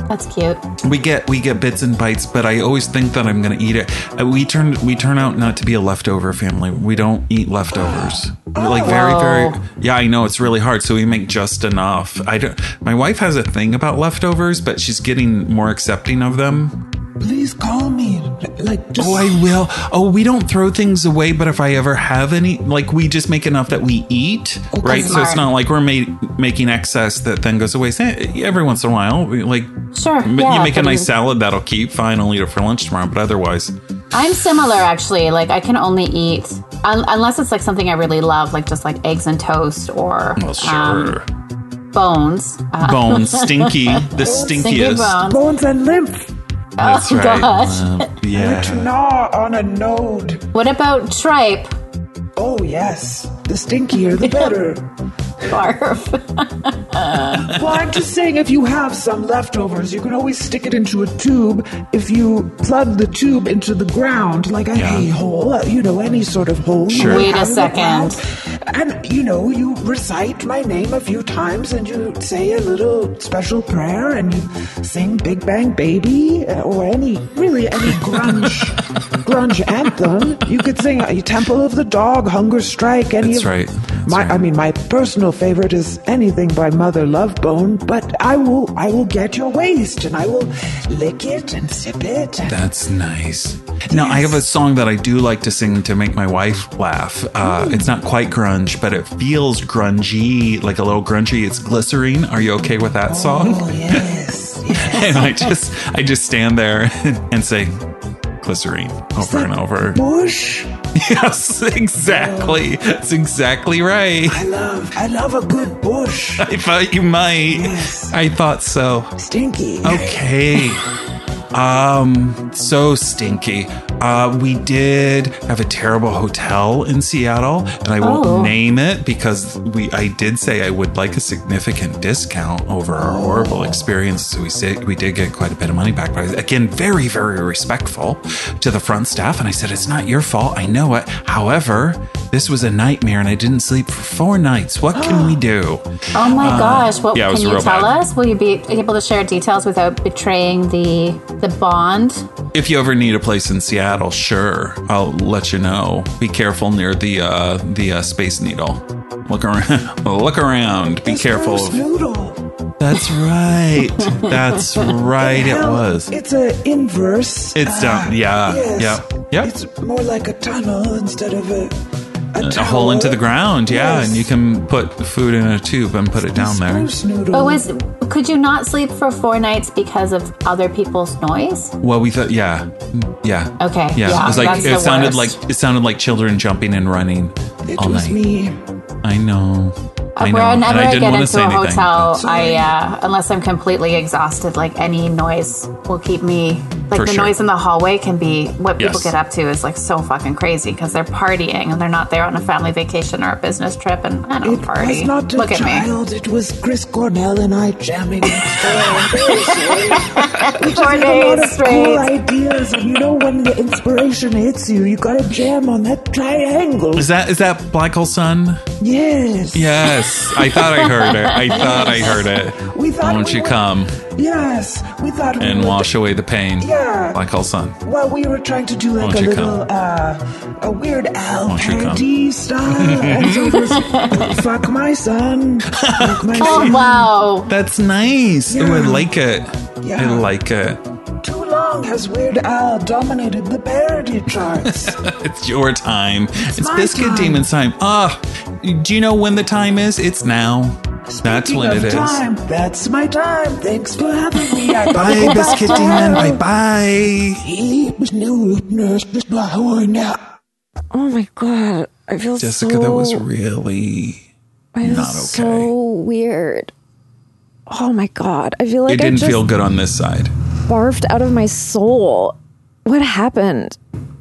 Speaker 1: That's cute.
Speaker 3: we get we get bits and bites, but I always think that I'm gonna eat it. Uh, We turn we turn out not to be a leftover family. We don't eat leftovers. We're like very
Speaker 1: Whoa.
Speaker 3: very yeah. I know it's really hard, so we make just enough. I don't. My wife has a thing about leftovers, but she's getting more accepting of them.
Speaker 5: Please call me. Like, just
Speaker 3: Oh, I will. Oh, we don't throw things away, but if I ever have any, like we just make enough that we eat, right? So it's
Speaker 1: smart.
Speaker 3: not like we're ma- making excess that then goes away. Say, Every once in a while, we, like
Speaker 1: Sure.
Speaker 3: M-
Speaker 1: yeah,
Speaker 3: you make a
Speaker 1: but
Speaker 3: nice salad that'll keep. Fine, I'll eat it for lunch tomorrow. But otherwise,
Speaker 1: I'm similar, actually. Like, I can only eat, un- unless it's like something I really love, like just like eggs and toast or
Speaker 3: well,
Speaker 1: um,
Speaker 3: sure.
Speaker 1: bones. Uh,
Speaker 3: bones, stinky, the
Speaker 1: stinky
Speaker 3: stinkiest.
Speaker 1: bones.
Speaker 5: bones and lymph.
Speaker 3: That's
Speaker 1: Oh,
Speaker 3: right.
Speaker 1: gosh.
Speaker 3: Uh,
Speaker 5: To
Speaker 3: yeah.
Speaker 5: gnaw on a node.
Speaker 1: What about tripe?
Speaker 5: Oh yes, the stinkier the better.
Speaker 1: Barf.
Speaker 5: well, I'm just saying, if you have some leftovers, you can always stick it into a tube. If you plug the tube into the ground, like a hay hole, uh, you know, any sort of hole. you
Speaker 3: Sure.
Speaker 5: would
Speaker 1: Wait a
Speaker 5: have in the ground, And you know, you recite my name a few times, and you say a little special prayer, and you sing "Big Bang Baby" uh, or any really any grunge grunge anthem. You could sing uh, "Temple of the Dog," "Hunger Strike," any
Speaker 3: That's
Speaker 5: of
Speaker 3: right. That's
Speaker 5: my,
Speaker 3: right.
Speaker 5: I mean, my personal favorite is anything by Mother Love Bone, but I will, I will get your waist and I will lick it and sip it. And
Speaker 3: That's nice. Now I have a song that I do like to sing to make my wife laugh. Uh, it's not quite grunge, but it feels grungy, like a little grungy. It's glycerine. Are you okay with that song?
Speaker 5: oh yes, yes.
Speaker 3: and I just, I just stand there and say, glycerine over and over.
Speaker 5: Bush,
Speaker 3: Yes, exactly. That's exactly right.
Speaker 5: I love, I love a good bush.
Speaker 3: I thought you might. I thought so.
Speaker 5: Stinky.
Speaker 3: Oh, Okay. um, so stinky. Uh, we did have a terrible hotel in Seattle, and I won't
Speaker 1: Oh.
Speaker 3: name it because we. I did say I would like a significant discount over our horrible experience. So we say we did get quite a bit of money back, but again, very very respectful to the front staff. And I said, "It's not your fault. I know it. However, this was a nightmare, and I didn't sleep for four nights. What can we do?"
Speaker 1: Oh my gosh. What
Speaker 3: Uh, yeah, it was
Speaker 1: can you
Speaker 3: real
Speaker 1: tell
Speaker 3: bad.
Speaker 1: us? Will you be able to share details without betraying the the bond?
Speaker 3: If you ever need a place in Seattle, sure, I'll let you know. Be careful near the uh, the uh, Space Needle. Look around. Look around. Be
Speaker 5: This
Speaker 3: careful.
Speaker 5: first
Speaker 3: of-
Speaker 5: Noodle.
Speaker 3: That's right. That's right. It
Speaker 5: Hell,
Speaker 3: was.
Speaker 5: It's a inverse.
Speaker 3: It's
Speaker 5: Ah,
Speaker 3: down. Yeah.
Speaker 5: Yes.
Speaker 3: Yeah. Yeah.
Speaker 5: It's more like a tunnel instead of a. A,
Speaker 3: A hole into the
Speaker 5: tower.
Speaker 3: ground. Yeah,
Speaker 5: Yes.
Speaker 3: and you can put food in a tube and put it down there.
Speaker 5: Spruce noodle.
Speaker 3: Mm.
Speaker 1: But was could you not sleep for four nights because of other people's noise?
Speaker 3: Well, we thought. Yeah. Yeah.
Speaker 1: Okay,
Speaker 3: Yeah.
Speaker 1: yeah,
Speaker 3: it was like
Speaker 1: that's
Speaker 3: it
Speaker 1: the
Speaker 3: sounded
Speaker 1: worst.
Speaker 3: like it sounded like children jumping and running
Speaker 5: it
Speaker 3: all
Speaker 5: was
Speaker 3: night.
Speaker 5: me.
Speaker 3: I know. I know.
Speaker 1: Whenever
Speaker 3: and I
Speaker 1: I,
Speaker 3: didn't
Speaker 1: Uh, get
Speaker 3: want to
Speaker 1: into
Speaker 3: say
Speaker 1: a
Speaker 3: anything.
Speaker 1: hotel,
Speaker 5: Sorry.
Speaker 1: I uh, unless I'm completely exhausted, like any noise will keep me. Like
Speaker 3: For
Speaker 1: the
Speaker 3: sure.
Speaker 1: noise in the hallway can be what people
Speaker 3: Yes.
Speaker 1: get up to is like so fucking crazy because they're partying and they're not there on a family vacation or a business trip, and I don't
Speaker 5: It
Speaker 1: party.
Speaker 5: was not a
Speaker 1: Look at me,
Speaker 5: child. It was Chris Cornell and I jamming.
Speaker 1: four
Speaker 5: a lot
Speaker 1: days
Speaker 5: of cool
Speaker 1: straight.
Speaker 5: ideas, and you know when the inspiration hits you, you gotta jam on that triangle.
Speaker 3: Is that is that Black Hole Sun?
Speaker 5: Yes.
Speaker 3: Yes, I thought I heard it. I thought I heard it.
Speaker 5: We thought
Speaker 3: Won't
Speaker 5: we
Speaker 3: you
Speaker 5: were-
Speaker 3: come
Speaker 5: Yes. We thought we
Speaker 3: and
Speaker 5: would-
Speaker 3: wash away the pain?
Speaker 5: Yeah.
Speaker 3: Like all sun.
Speaker 5: Well, we were trying to do like
Speaker 3: Won't
Speaker 5: a
Speaker 3: you
Speaker 5: little uh, a weird Al
Speaker 3: Won't you come?
Speaker 5: parody style. and so it was, fuck my son. Fuck my
Speaker 1: Oh
Speaker 5: son.
Speaker 1: wow.
Speaker 3: That's nice. Oh, I
Speaker 5: Yeah.
Speaker 3: like it.
Speaker 5: Yeah.
Speaker 3: I like it.
Speaker 5: Too long has Weird Al dominated the parody charts.
Speaker 3: It's your time. It's,
Speaker 5: my
Speaker 3: Biscuit
Speaker 5: time.
Speaker 3: Demon's time. Ah, do you know when the time is? It's now. That's
Speaker 5: Speaking
Speaker 3: when
Speaker 5: of
Speaker 3: it is.
Speaker 5: time, That's my time. Thanks for having me. I
Speaker 3: Bye, Biscuit Demon. Bye bye.
Speaker 5: bye.
Speaker 2: Oh my god, I feel
Speaker 3: Jessica,
Speaker 2: so.
Speaker 3: that was really.
Speaker 2: I feel
Speaker 3: not okay.
Speaker 2: So weird. Oh my god, I feel like
Speaker 3: It
Speaker 2: I
Speaker 3: didn't
Speaker 2: just
Speaker 3: feel good on this side.
Speaker 2: barfed out of my soul. What happened?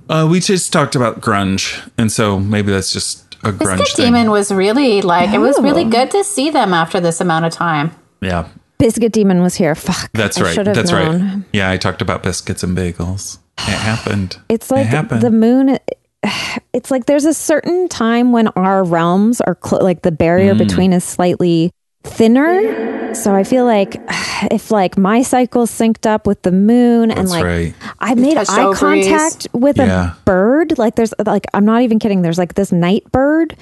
Speaker 3: Uh, we just talked about grunge, and so maybe that's just a grunge
Speaker 1: Biscuit
Speaker 3: thing.
Speaker 1: Demon was really like it was really
Speaker 2: Oh.
Speaker 1: good to see them after this amount of time.
Speaker 3: Yeah,
Speaker 2: Biscuit Demon was here. Fuck.
Speaker 3: that's
Speaker 2: I
Speaker 3: right.
Speaker 2: should have
Speaker 3: That's right.
Speaker 2: known.
Speaker 3: Yeah, I talked about biscuits and bagels. It happened.
Speaker 2: It's
Speaker 3: it
Speaker 2: like
Speaker 3: happened.
Speaker 2: the moon. It's like there's a certain time when our realms are cl- like the barrier
Speaker 3: Mm.
Speaker 2: between is slightly thinner. So I feel like if like my cycle synced up with the moon and
Speaker 3: that's
Speaker 2: like
Speaker 3: right.
Speaker 2: I made
Speaker 1: touched
Speaker 2: eye
Speaker 1: ovaries.
Speaker 2: contact with
Speaker 3: Yeah.
Speaker 2: a bird. Like there's like I'm not even kidding. There's like this night bird.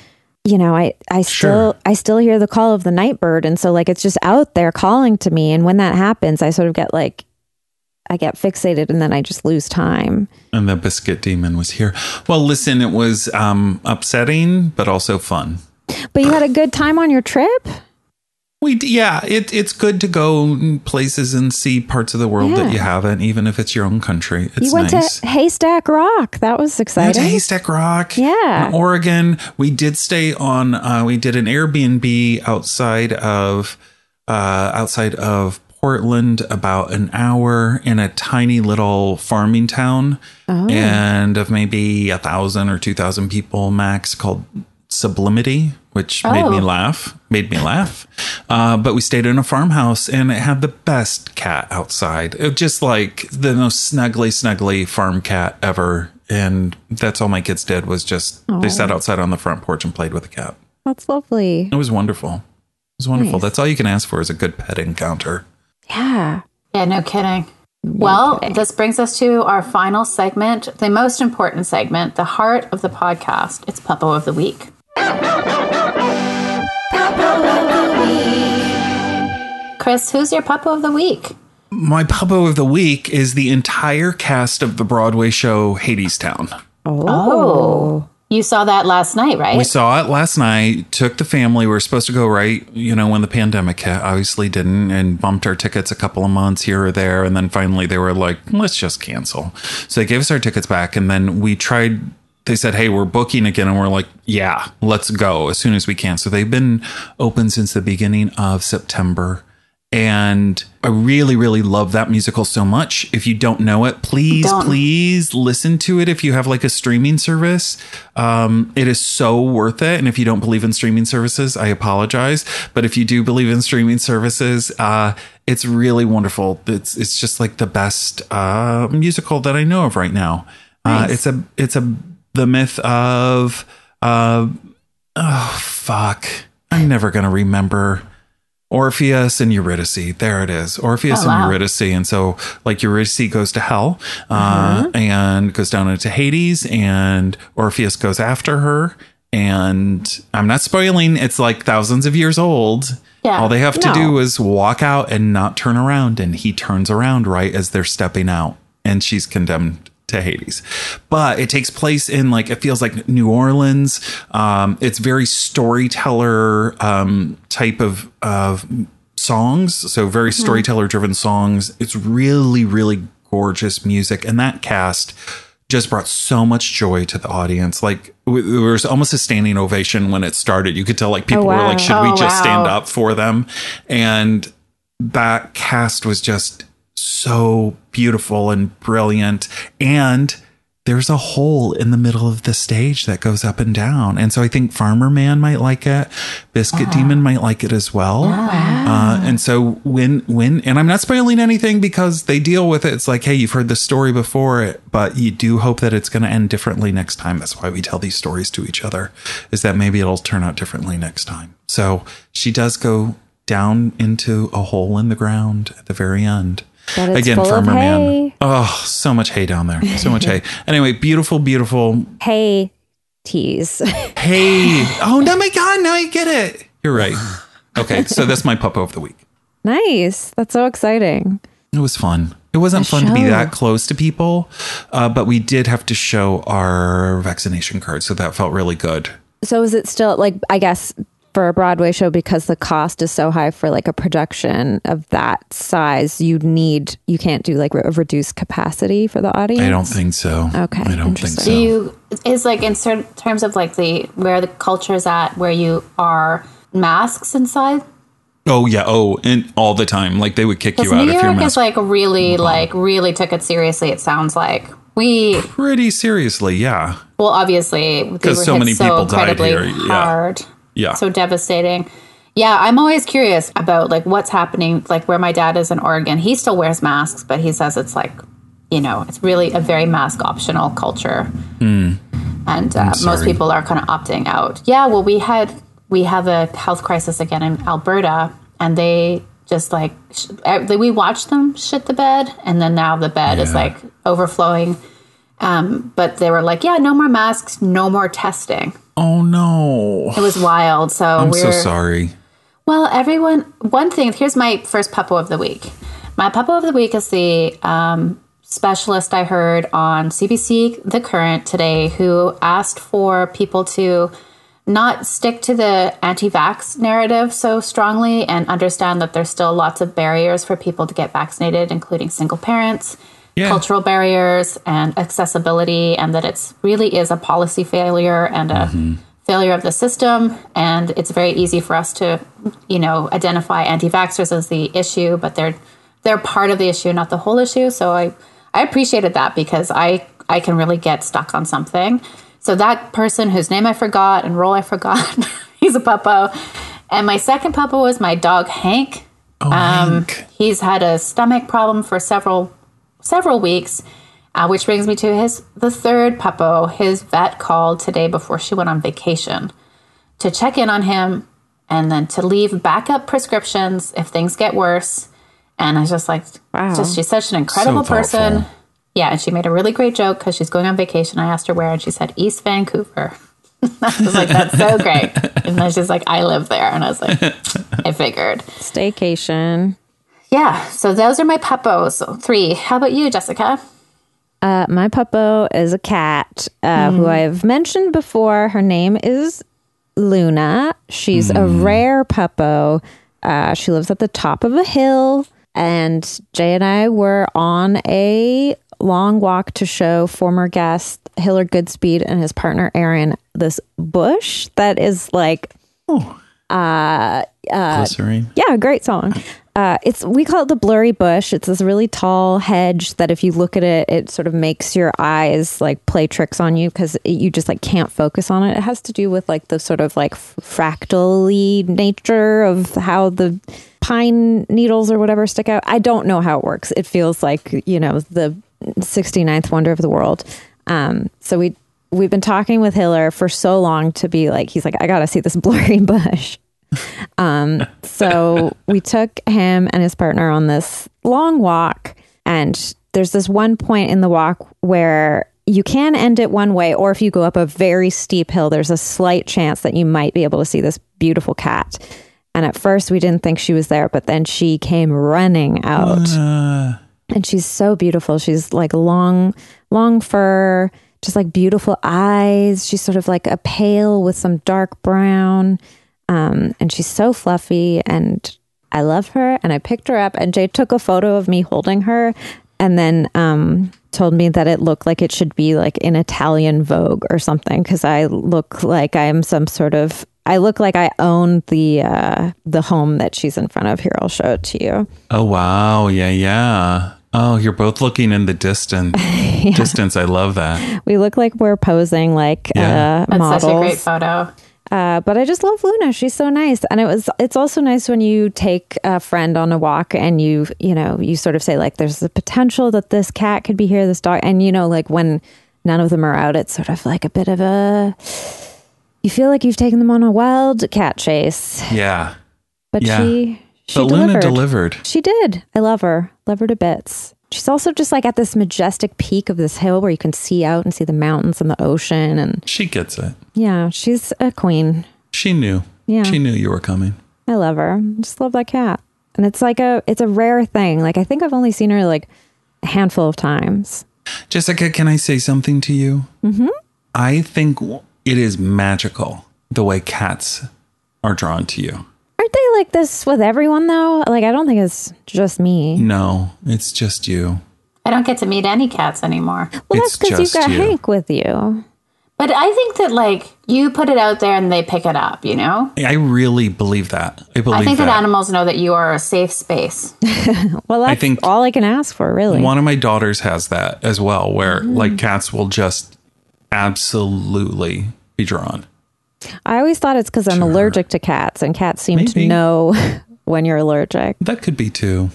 Speaker 2: You know, I I
Speaker 3: Sure.
Speaker 2: still I still hear the call of the night bird, and so like it's just out there calling to me. And when that happens, I sort of get like I get fixated, and then I just lose time.
Speaker 3: And the biscuit demon was here. Well, listen, it was um, upsetting, but also fun.
Speaker 2: But you had a good time on your trip.
Speaker 3: We d- yeah, it it's good to go places and see parts of the world
Speaker 2: Yeah.
Speaker 3: that you haven't, even if it's your own country. It's
Speaker 2: you went
Speaker 3: nice.
Speaker 2: to Haystack Rock. That was
Speaker 3: We went to
Speaker 2: exciting.
Speaker 3: Haystack Rock,
Speaker 2: Yeah.
Speaker 3: in Oregon. We did stay on. Uh, we did an Airbnb outside of uh, outside of Portland, about an hour in a tiny little farming town,
Speaker 2: Oh.
Speaker 3: and of maybe a thousand or two thousand people max, called Sublimity, which made me
Speaker 1: Oh.
Speaker 3: laugh. Made me laugh. Uh, but we stayed in a farmhouse, and it had the best cat outside. It just like the most snuggly, snuggly farm cat ever. And that's all my kids did was just they sat outside on the front porch and played with the cat.
Speaker 2: That's lovely.
Speaker 3: It was wonderful. It was wonderful.
Speaker 2: Nice.
Speaker 3: That's all you can ask for is a good pet encounter.
Speaker 2: Yeah.
Speaker 1: Yeah, no kidding. Well, this brings us to our final segment, the most important segment, the heart of the podcast. It's Puppo of the Week. Chris, who's your Puppo of the Week?
Speaker 3: My puppo of the week is the entire cast of the Broadway show Hadestown.
Speaker 1: Oh. You saw that last night, right?
Speaker 3: We saw it last night. Took the family. We were supposed to go right, you know, when the pandemic hit. Obviously, didn't and bumped our tickets a couple of months here or there, and then finally they were like, "Let's just cancel." So they gave us our tickets back, and then we tried. They said, "Hey, we're booking again," and we're like, "Yeah, let's go as soon as we can." So they've been open since the beginning of September. And I really, really love that musical so much. If you don't know it, please,
Speaker 1: Don't.
Speaker 3: please listen to it. If you have like a streaming service, um, it is so worth it. And if you don't believe in streaming services, I apologize. But if you do believe in streaming services, uh, it's really wonderful. It's it's just like the best uh, musical that I know of right now. Uh, it's a it's a the myth of uh, oh fuck, I'm never gonna remember. Orpheus and Eurydice. There it is. Orpheus
Speaker 1: Oh, wow.
Speaker 3: and Eurydice. And so, like, Eurydice goes to hell uh,
Speaker 1: Mm-hmm.
Speaker 3: and goes down into Hades, and Orpheus goes after her. And I'm not spoiling, it's like thousands of years old.
Speaker 1: Yeah.
Speaker 3: All they have to
Speaker 2: No.
Speaker 3: do is walk out and not turn around. And he turns around right as they're stepping out, and she's condemned to Hades. But it takes place in like it feels like New Orleans. Um, it's very storyteller um, type of of songs, so very
Speaker 2: Mm-hmm.
Speaker 3: storyteller driven songs. It's really really gorgeous music, and that cast just brought so much joy to the audience. Like w- there was almost a standing ovation when it started. You could tell like people were
Speaker 2: wow.
Speaker 3: like, "Should we
Speaker 1: Oh,
Speaker 3: just stand
Speaker 1: wow.
Speaker 3: up for them?" And that cast was just so beautiful and brilliant and there's a hole in the middle of the stage that goes up and down. And so I think Farmer Man might like it. Biscuit Demon might like it as well. Uh, and so when, when, and I'm not spoiling anything because they deal with it. It's like, hey, you've heard the story before, it, but you do hope that it's going to end differently next time. That's why we tell these stories to each other is that maybe it'll turn out differently next time. So she does go down into a hole in the ground at the very end.
Speaker 2: But it's full of hay.
Speaker 3: Oh, so much hay down there. So much hay. Anyway, beautiful, beautiful
Speaker 2: Hey, tease.
Speaker 3: hay. Oh no, my God! Now I get it. You're right. Okay, so that's my puppo of the week.
Speaker 2: nice. That's so exciting.
Speaker 3: It was fun. It wasn't fun to be
Speaker 2: show.
Speaker 3: that close to people, uh, but we did have to show our vaccination card, so that felt really good.
Speaker 2: So is it still like I guess for a Broadway show because the cost is so high for like a production of that size, you need you can't do like a reduced capacity for the audience.
Speaker 3: I don't think so.
Speaker 2: Okay,
Speaker 3: I don't think
Speaker 2: interesting.
Speaker 3: so.
Speaker 1: Do you is like in certain terms of like the where the culture is at, where you are masks inside?
Speaker 3: oh yeah. Oh, and all the time, like they would kick
Speaker 1: Because
Speaker 3: you out
Speaker 1: New
Speaker 3: if you're
Speaker 1: York
Speaker 3: masked.
Speaker 1: is like really, like really took it seriously. It sounds like we
Speaker 3: Pretty seriously, yeah.
Speaker 1: well, obviously, because
Speaker 3: so many people died here, yeah.
Speaker 1: Hard,
Speaker 3: Yeah.
Speaker 1: so devastating. Yeah, I'm always curious about like what's happening. Like where my dad is in Oregon, he still wears masks, but he says it's like, you know, it's really a very mask optional culture,
Speaker 3: Hmm.
Speaker 1: and uh, most
Speaker 3: sorry.
Speaker 1: people are kind of opting out. Yeah, well, we had we have a health crisis again in Alberta, and they just like sh- eh, we watched them shit the bed, and then now the bed is
Speaker 3: Yeah.
Speaker 1: like overflowing. Um, but they were like, yeah, no more masks, no more testing.
Speaker 3: Oh no.
Speaker 1: It was wild. So
Speaker 3: I'm
Speaker 1: we're
Speaker 3: so sorry.
Speaker 1: well, everyone. One thing. Here's my first puppo of the week. My puppo of the week is the um, specialist I heard on CBC The Current today, who asked for people to not stick to the anti-vax narrative so strongly and understand that there's still lots of barriers for people to get vaccinated, including single parents,
Speaker 3: Yeah.
Speaker 1: cultural barriers, and accessibility, and that it's really is a policy failure and a failure of the system. And it's very easy for us to, you know, identify anti-vaxxers as the issue, but they're they're part of the issue, not the whole issue. So I I appreciated that because I I can really get stuck on something. So that person whose name I forgot and role I forgot, he's a puppo. And my second puppo was my dog Hank.
Speaker 3: Oh,
Speaker 1: Um,
Speaker 3: Hank.
Speaker 1: he's had a stomach problem for several several weeks, uh, which brings me to his the third puppo. His vet called today before she went on vacation to check in on him and then to leave backup prescriptions if things get worse. And I was just like,
Speaker 2: Wow.
Speaker 1: just, she's such an incredible
Speaker 3: thoughtful.
Speaker 1: person. Yeah, and she made a really great joke because she's going on vacation. I asked her where, and she said East Vancouver. I was like, that's so great. And then she's like, I live there. And I was like, I figured.
Speaker 2: Staycation.
Speaker 1: Yeah, so those are my puppos. Three. How about you, Jessica?
Speaker 2: Uh, my puppo is a cat uh, who I've mentioned before. Her name is Luna. She's a rare puppo. Uh, she lives at the top of a hill. And Jay and I were on a long walk to show former guest Hiller Goodspeed and his partner Aaron this bush that is like
Speaker 3: Glycerine.
Speaker 2: yeah, great song. Uh, it's we call it the blurry bush. It's this really tall hedge that if you look at it, it sort of makes your eyes like play tricks on you because you just like can't focus on it. It has to do with like the sort of like f- fractally nature of how the pine needles or whatever stick out. I don't know how it works. It feels like you know the 69th wonder of the world. Um, so we we've been talking with Hiller for so long to be like he's like I gotta see this blurry bush. So we took him and his partner on this long walk. And there's this one point in the walk where you can end it one way, or if you go up a very steep hill, there's a slight chance that you might be able to see this beautiful cat. And at first, we didn't think she was there, but then she came running out
Speaker 3: Uh,
Speaker 2: and she's so beautiful. She's like long, long fur, just like beautiful eyes. She's sort of like a pale with some dark brown, um, and she's so fluffy. And I love her. And I picked her up, and Jay took a photo of me holding her, and then um, told me that it looked like it should be like in Italian Vogue or something because I look like I am some sort of. I look like I own the uh, the home that she's in front of. Here, I'll show it to you.
Speaker 3: oh wow. Yeah. Yeah. Oh, you're both looking in the distance. Distance. I love that.
Speaker 2: We look like we're posing like
Speaker 3: Yeah.
Speaker 2: uh,
Speaker 1: That's
Speaker 2: models.
Speaker 1: such a great photo.
Speaker 2: Uh, but I just love Luna. She's so nice, and it was. It's also nice when you take a friend on a walk, and you, you know, you sort of say like, "There's the potential that this cat could be here, this dog," and you know, like when none of them are out, it's sort of like a bit of a. You feel like you've taken them on a wild cat chase,
Speaker 3: Yeah.
Speaker 2: but
Speaker 3: Yeah.
Speaker 2: she, she
Speaker 3: but
Speaker 2: delivered.
Speaker 3: Luna delivered.
Speaker 2: She did. I love her. Love her to bits. She's also just like at this majestic peak of this hill where you can see out and see the mountains and the ocean, and
Speaker 3: She gets it.
Speaker 2: yeah, she's a queen.
Speaker 3: She knew.
Speaker 2: Yeah.
Speaker 3: She knew you were coming.
Speaker 2: I love her. I Just love that cat. And it's like a it's a rare thing. Like I think I've only seen her like a handful of times.
Speaker 3: Jessica, can I say something to you? Mm-hmm. I think it is magical the way cats are drawn to you.
Speaker 2: Aren't they like this with everyone though? Like I don't think it's just me.
Speaker 3: No, it's just you.
Speaker 1: I don't get to meet any cats anymore.
Speaker 2: Well, that's
Speaker 3: It's
Speaker 2: because you've
Speaker 3: just
Speaker 2: got
Speaker 3: you.
Speaker 2: Hank with you.
Speaker 1: But I think that like you put it out there and they pick it up, you know?
Speaker 3: I really believe that. I believe
Speaker 1: I think that animals know that you are a safe space.
Speaker 2: Well, that's
Speaker 3: think-
Speaker 2: all I can ask for, really.
Speaker 3: One of my daughters has that as well, where like cats will just absolutely be drawn.
Speaker 2: I always thought it's because I'm allergic to cats, and cats seem
Speaker 3: Maybe.
Speaker 2: to know when you're allergic.
Speaker 3: That could be too.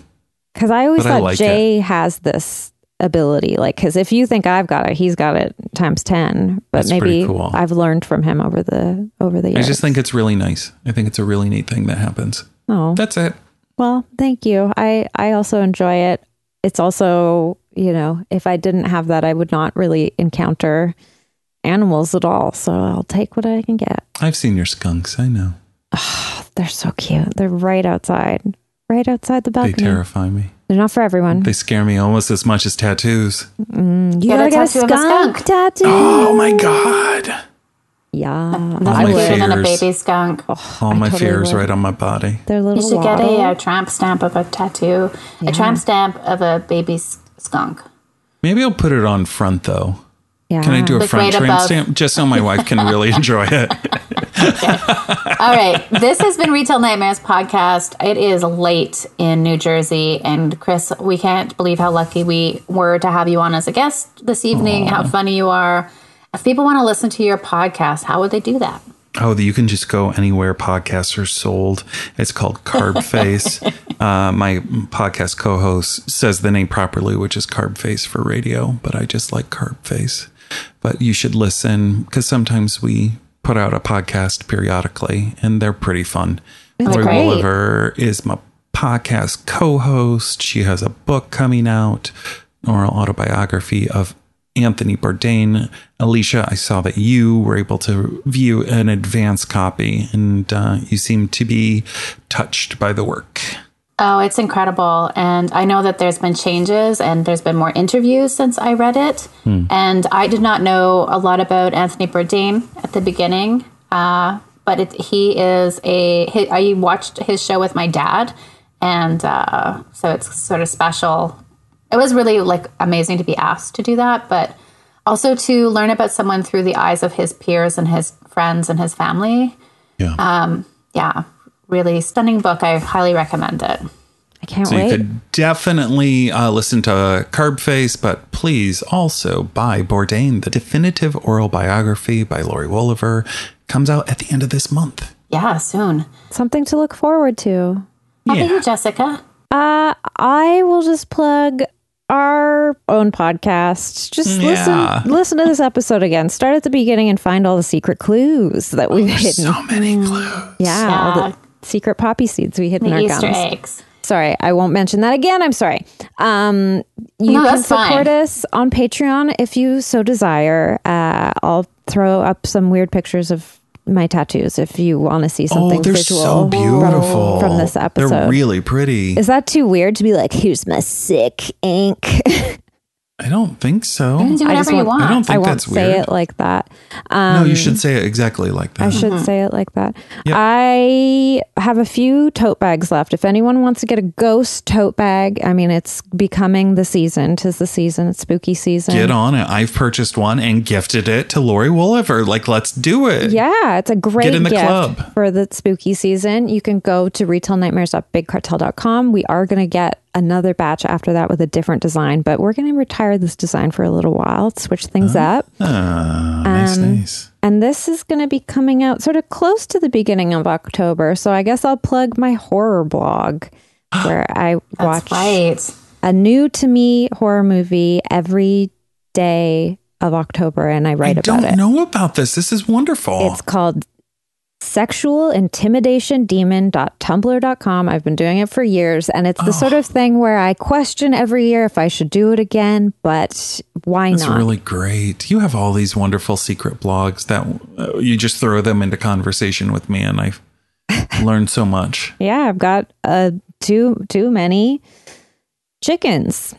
Speaker 2: Because I always
Speaker 3: But I
Speaker 2: thought
Speaker 3: like
Speaker 2: Jay has this ability. Like, because if you think I've got it, he's got it times ten. But
Speaker 3: That's pretty
Speaker 2: maybe
Speaker 3: cool.
Speaker 2: I've learned from him over the over the years.
Speaker 3: I just think it's really nice. I think it's a really neat thing that happens.
Speaker 2: oh
Speaker 3: That's it.
Speaker 2: well, thank you. I I also enjoy it. It's also you know if I didn't have that, I would not really encounter animals at all. So I'll take what I can get.
Speaker 3: I've seen your skunks. I know.
Speaker 2: They're so cute. They're right outside, right outside the
Speaker 3: They
Speaker 2: balcony.
Speaker 3: terrify me.
Speaker 2: They're not for everyone.
Speaker 3: They scare me almost as much as tattoos.
Speaker 2: You
Speaker 1: Get a
Speaker 2: gotta get a
Speaker 1: tattoo of
Speaker 2: skunk,
Speaker 1: a skunk.
Speaker 2: tattoo.
Speaker 3: Oh my god.
Speaker 2: Yeah,
Speaker 1: That's
Speaker 3: my
Speaker 1: cuter than a
Speaker 3: fears.
Speaker 1: baby skunk.
Speaker 3: All
Speaker 2: I
Speaker 3: my
Speaker 2: totally
Speaker 3: fears
Speaker 2: would.
Speaker 3: right on my body.
Speaker 2: They're little.
Speaker 1: you should get
Speaker 2: waddle.
Speaker 1: a, uh tramp stamp of a tattoo. A tramp stamp of a baby s- skunk.
Speaker 3: Maybe I'll put it on front though.
Speaker 1: uh,
Speaker 2: Yeah.
Speaker 3: Can I do a
Speaker 1: Like
Speaker 3: front
Speaker 1: right
Speaker 3: tramp
Speaker 1: above.
Speaker 3: stamp just so my wife can really enjoy it?
Speaker 1: All right. This has been Retail Nightmares podcast. It is late in New Jersey. And Chris, we can't believe how lucky we were to have you on as a guest this evening, how funny you are. If people want to listen to your podcast, how would they do that?
Speaker 3: Oh, you can just go anywhere podcasts are sold. It's called Carb Face. uh, my podcast co host says the name properly, which is Carb Face for radio, but I just like Carb Face. But you should listen because sometimes we put out a podcast periodically and they're pretty fun. Lori
Speaker 1: great.
Speaker 3: Oliver is my podcast co host. She has a book coming out, oral autobiography of Anthony Bourdain. Alicia, I saw that you were able to view an advance copy and uh, you seem to be touched by the work.
Speaker 1: Oh, it's incredible. And I know that there's been changes and there's been more interviews since I read it. And I did not know a lot about Anthony Bourdain at the beginning. Uh, but it, he is a, he, I watched his show with my dad. And uh, so it's sort of special. It was really like amazing to be asked to do that, but also to learn about someone through the eyes of his peers and his friends and his family.
Speaker 3: Yeah.
Speaker 2: Ah,
Speaker 1: Yeah, really stunning book. I highly recommend it.
Speaker 2: I can't
Speaker 3: so you
Speaker 2: wait.
Speaker 3: could definitely uh, listen to Carb Face, but please also buy Bourdain, the definitive oral biography by Lori Wolliver. Comes out at the end of this month.
Speaker 1: Yeah, soon.
Speaker 2: Something to look forward to.
Speaker 1: How about
Speaker 3: Yeah.
Speaker 1: you, Jessica?
Speaker 2: Uh, I will just plug our own podcast. Just
Speaker 3: Yeah.
Speaker 2: listen listen to this episode again. Start at the beginning and find all the secret clues that we've hidden.
Speaker 3: Oh, So many clues.
Speaker 2: yeah, all
Speaker 1: Yeah.
Speaker 2: the secret poppy seeds we hid in
Speaker 1: The
Speaker 2: our
Speaker 1: Easter
Speaker 2: gums.
Speaker 1: eggs.
Speaker 2: Sorry, I won't mention that again. I'm sorry. Um, you
Speaker 1: No,
Speaker 2: can
Speaker 1: that's fine.
Speaker 2: support us on Patreon if you so desire. Uh, I'll throw up some weird pictures of my tattoos if you want to see something
Speaker 3: Oh, they're
Speaker 2: visual
Speaker 3: so
Speaker 2: from-
Speaker 3: beautiful.
Speaker 2: from, this episode.
Speaker 3: They're really pretty.
Speaker 2: Is that too weird to be like, here's my sick ink?
Speaker 3: I don't think so.
Speaker 1: You can do
Speaker 2: I
Speaker 1: whatever
Speaker 2: just
Speaker 1: you
Speaker 2: want-
Speaker 1: want.
Speaker 3: I don't think
Speaker 2: I won't
Speaker 3: that's
Speaker 2: say
Speaker 3: weird. Uh-huh.
Speaker 2: it like that.
Speaker 3: no, you should say it exactly like that.
Speaker 2: um, I should say it like that. I have a few tote bags left. If anyone wants to get a ghost tote bag, I mean, it's becoming the season. Tis the season. It's spooky season.
Speaker 3: Get on it. I've purchased one and gifted it to Lori Wolliver. Like, let's do it.
Speaker 2: Yeah, it's a great
Speaker 3: in the
Speaker 2: gift
Speaker 3: club.
Speaker 2: for the spooky season. You can go to retailnightmares.bigcartel.com. We are going to get another batch after that with a different design, but we're going to retire this design for a little while, switch things up.
Speaker 3: Ah, nice,
Speaker 2: Um,
Speaker 3: nice.
Speaker 2: And this is going to be coming out sort of close to the beginning of October. So I guess I'll plug my horror blog where I watch
Speaker 1: That's right.
Speaker 2: a new to me horror movie every day of October and I
Speaker 3: I
Speaker 2: write about
Speaker 3: don't
Speaker 2: it.
Speaker 3: know about this. This is wonderful.
Speaker 2: It's called sexual intimidation demon.tumblr.com. I've been doing it for years and it's the sort of thing where I question every year if I should do it again, but why
Speaker 3: That's
Speaker 2: not?
Speaker 3: really great. You have all these wonderful secret blogs that uh, you just throw them into conversation with me, and I've learned so much.
Speaker 2: yeah, I've got uh too too many chickens.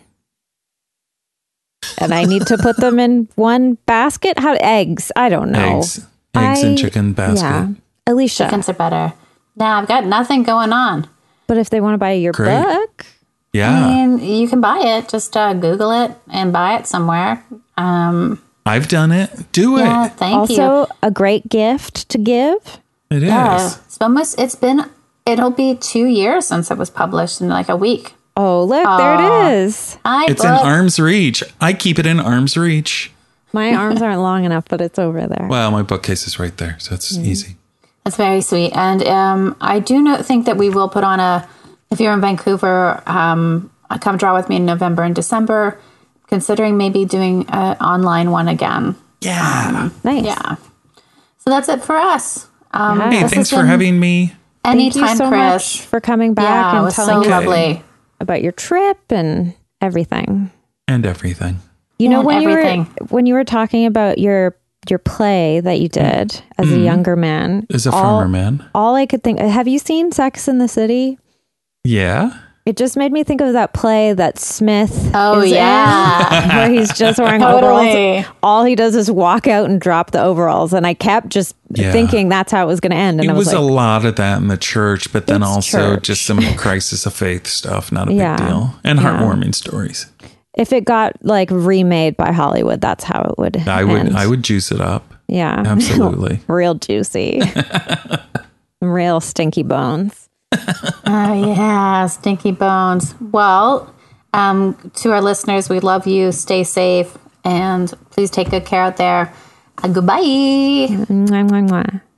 Speaker 2: And I need to put them in one basket. How eggs? I don't know.
Speaker 3: Eggs, eggs, and
Speaker 2: I-
Speaker 3: chicken basket.
Speaker 2: Yeah. Alicia.
Speaker 1: Chickens are better. Now I've got nothing going on.
Speaker 2: But if they want to buy your
Speaker 3: Great.
Speaker 2: book, Ah.
Speaker 3: Yeah.
Speaker 1: I mean, you can buy it. Just uh, Google it and buy it somewhere. Um,
Speaker 3: I've done it. Do it.
Speaker 1: yeah, thank you.
Speaker 2: also a great gift to give.
Speaker 3: It is.
Speaker 1: Yeah, it's almost. It's been. It'll be two years since it was published in like a week.
Speaker 2: Oh, look, there it is.
Speaker 1: I
Speaker 3: It's in
Speaker 1: booked-
Speaker 3: arm's reach. I keep it in arm's reach.
Speaker 2: My arms aren't long enough, but it's over there.
Speaker 3: Well, my bookcase is right there, so it's easy.
Speaker 1: That's very sweet. And um, I do not think that we will put on a, if you're in Vancouver, um, come draw with me in November and December, considering maybe doing an online one again.
Speaker 3: Yeah.
Speaker 2: nice.
Speaker 1: Yeah. So that's it for us. Um,
Speaker 2: Yeah.
Speaker 3: Hey,
Speaker 1: this has
Speaker 3: thanks for
Speaker 1: been-
Speaker 3: having me.
Speaker 2: Thank you
Speaker 1: Anytime,
Speaker 2: so much
Speaker 1: Chris.
Speaker 2: for coming back
Speaker 1: Yeah, it
Speaker 2: and
Speaker 1: was so
Speaker 2: telling us
Speaker 1: lovely.
Speaker 2: about your trip and everything.
Speaker 3: and everything.
Speaker 2: You know
Speaker 1: And
Speaker 2: when you were
Speaker 1: everything.
Speaker 2: when you were talking about your your play that you did as a younger man,
Speaker 3: Mm-hmm. As a
Speaker 2: all-
Speaker 3: farmer man.
Speaker 2: all I could think. Have you seen Sex in the City?
Speaker 3: Yeah.
Speaker 2: It just made me think of that play that Smith.
Speaker 1: Oh,
Speaker 2: is in,
Speaker 1: yeah.
Speaker 2: where he's just wearing
Speaker 1: Totally.
Speaker 2: overalls. All he does is walk out and drop the overalls, and I kept just
Speaker 3: Yeah.
Speaker 2: thinking that's how it was going to end. And I
Speaker 3: It was,
Speaker 2: was, like,
Speaker 3: a lot of that in the church, but then
Speaker 2: It's
Speaker 3: also
Speaker 2: church.
Speaker 3: just some crisis of faith stuff. Not a
Speaker 2: Yeah.
Speaker 3: big deal. And heartwarming stories.
Speaker 2: if it got like remade by Hollywood, that's how it would.
Speaker 3: I would
Speaker 2: end.
Speaker 3: I would juice it up.
Speaker 2: Yeah.
Speaker 3: Absolutely.
Speaker 2: Real juicy. Real stinky bones.
Speaker 1: Oh, yeah. Stinky bones. Well, um, to our listeners, we love you. Stay safe and please take good care out there. Uh, goodbye.
Speaker 2: Mwah, mwah, mwah.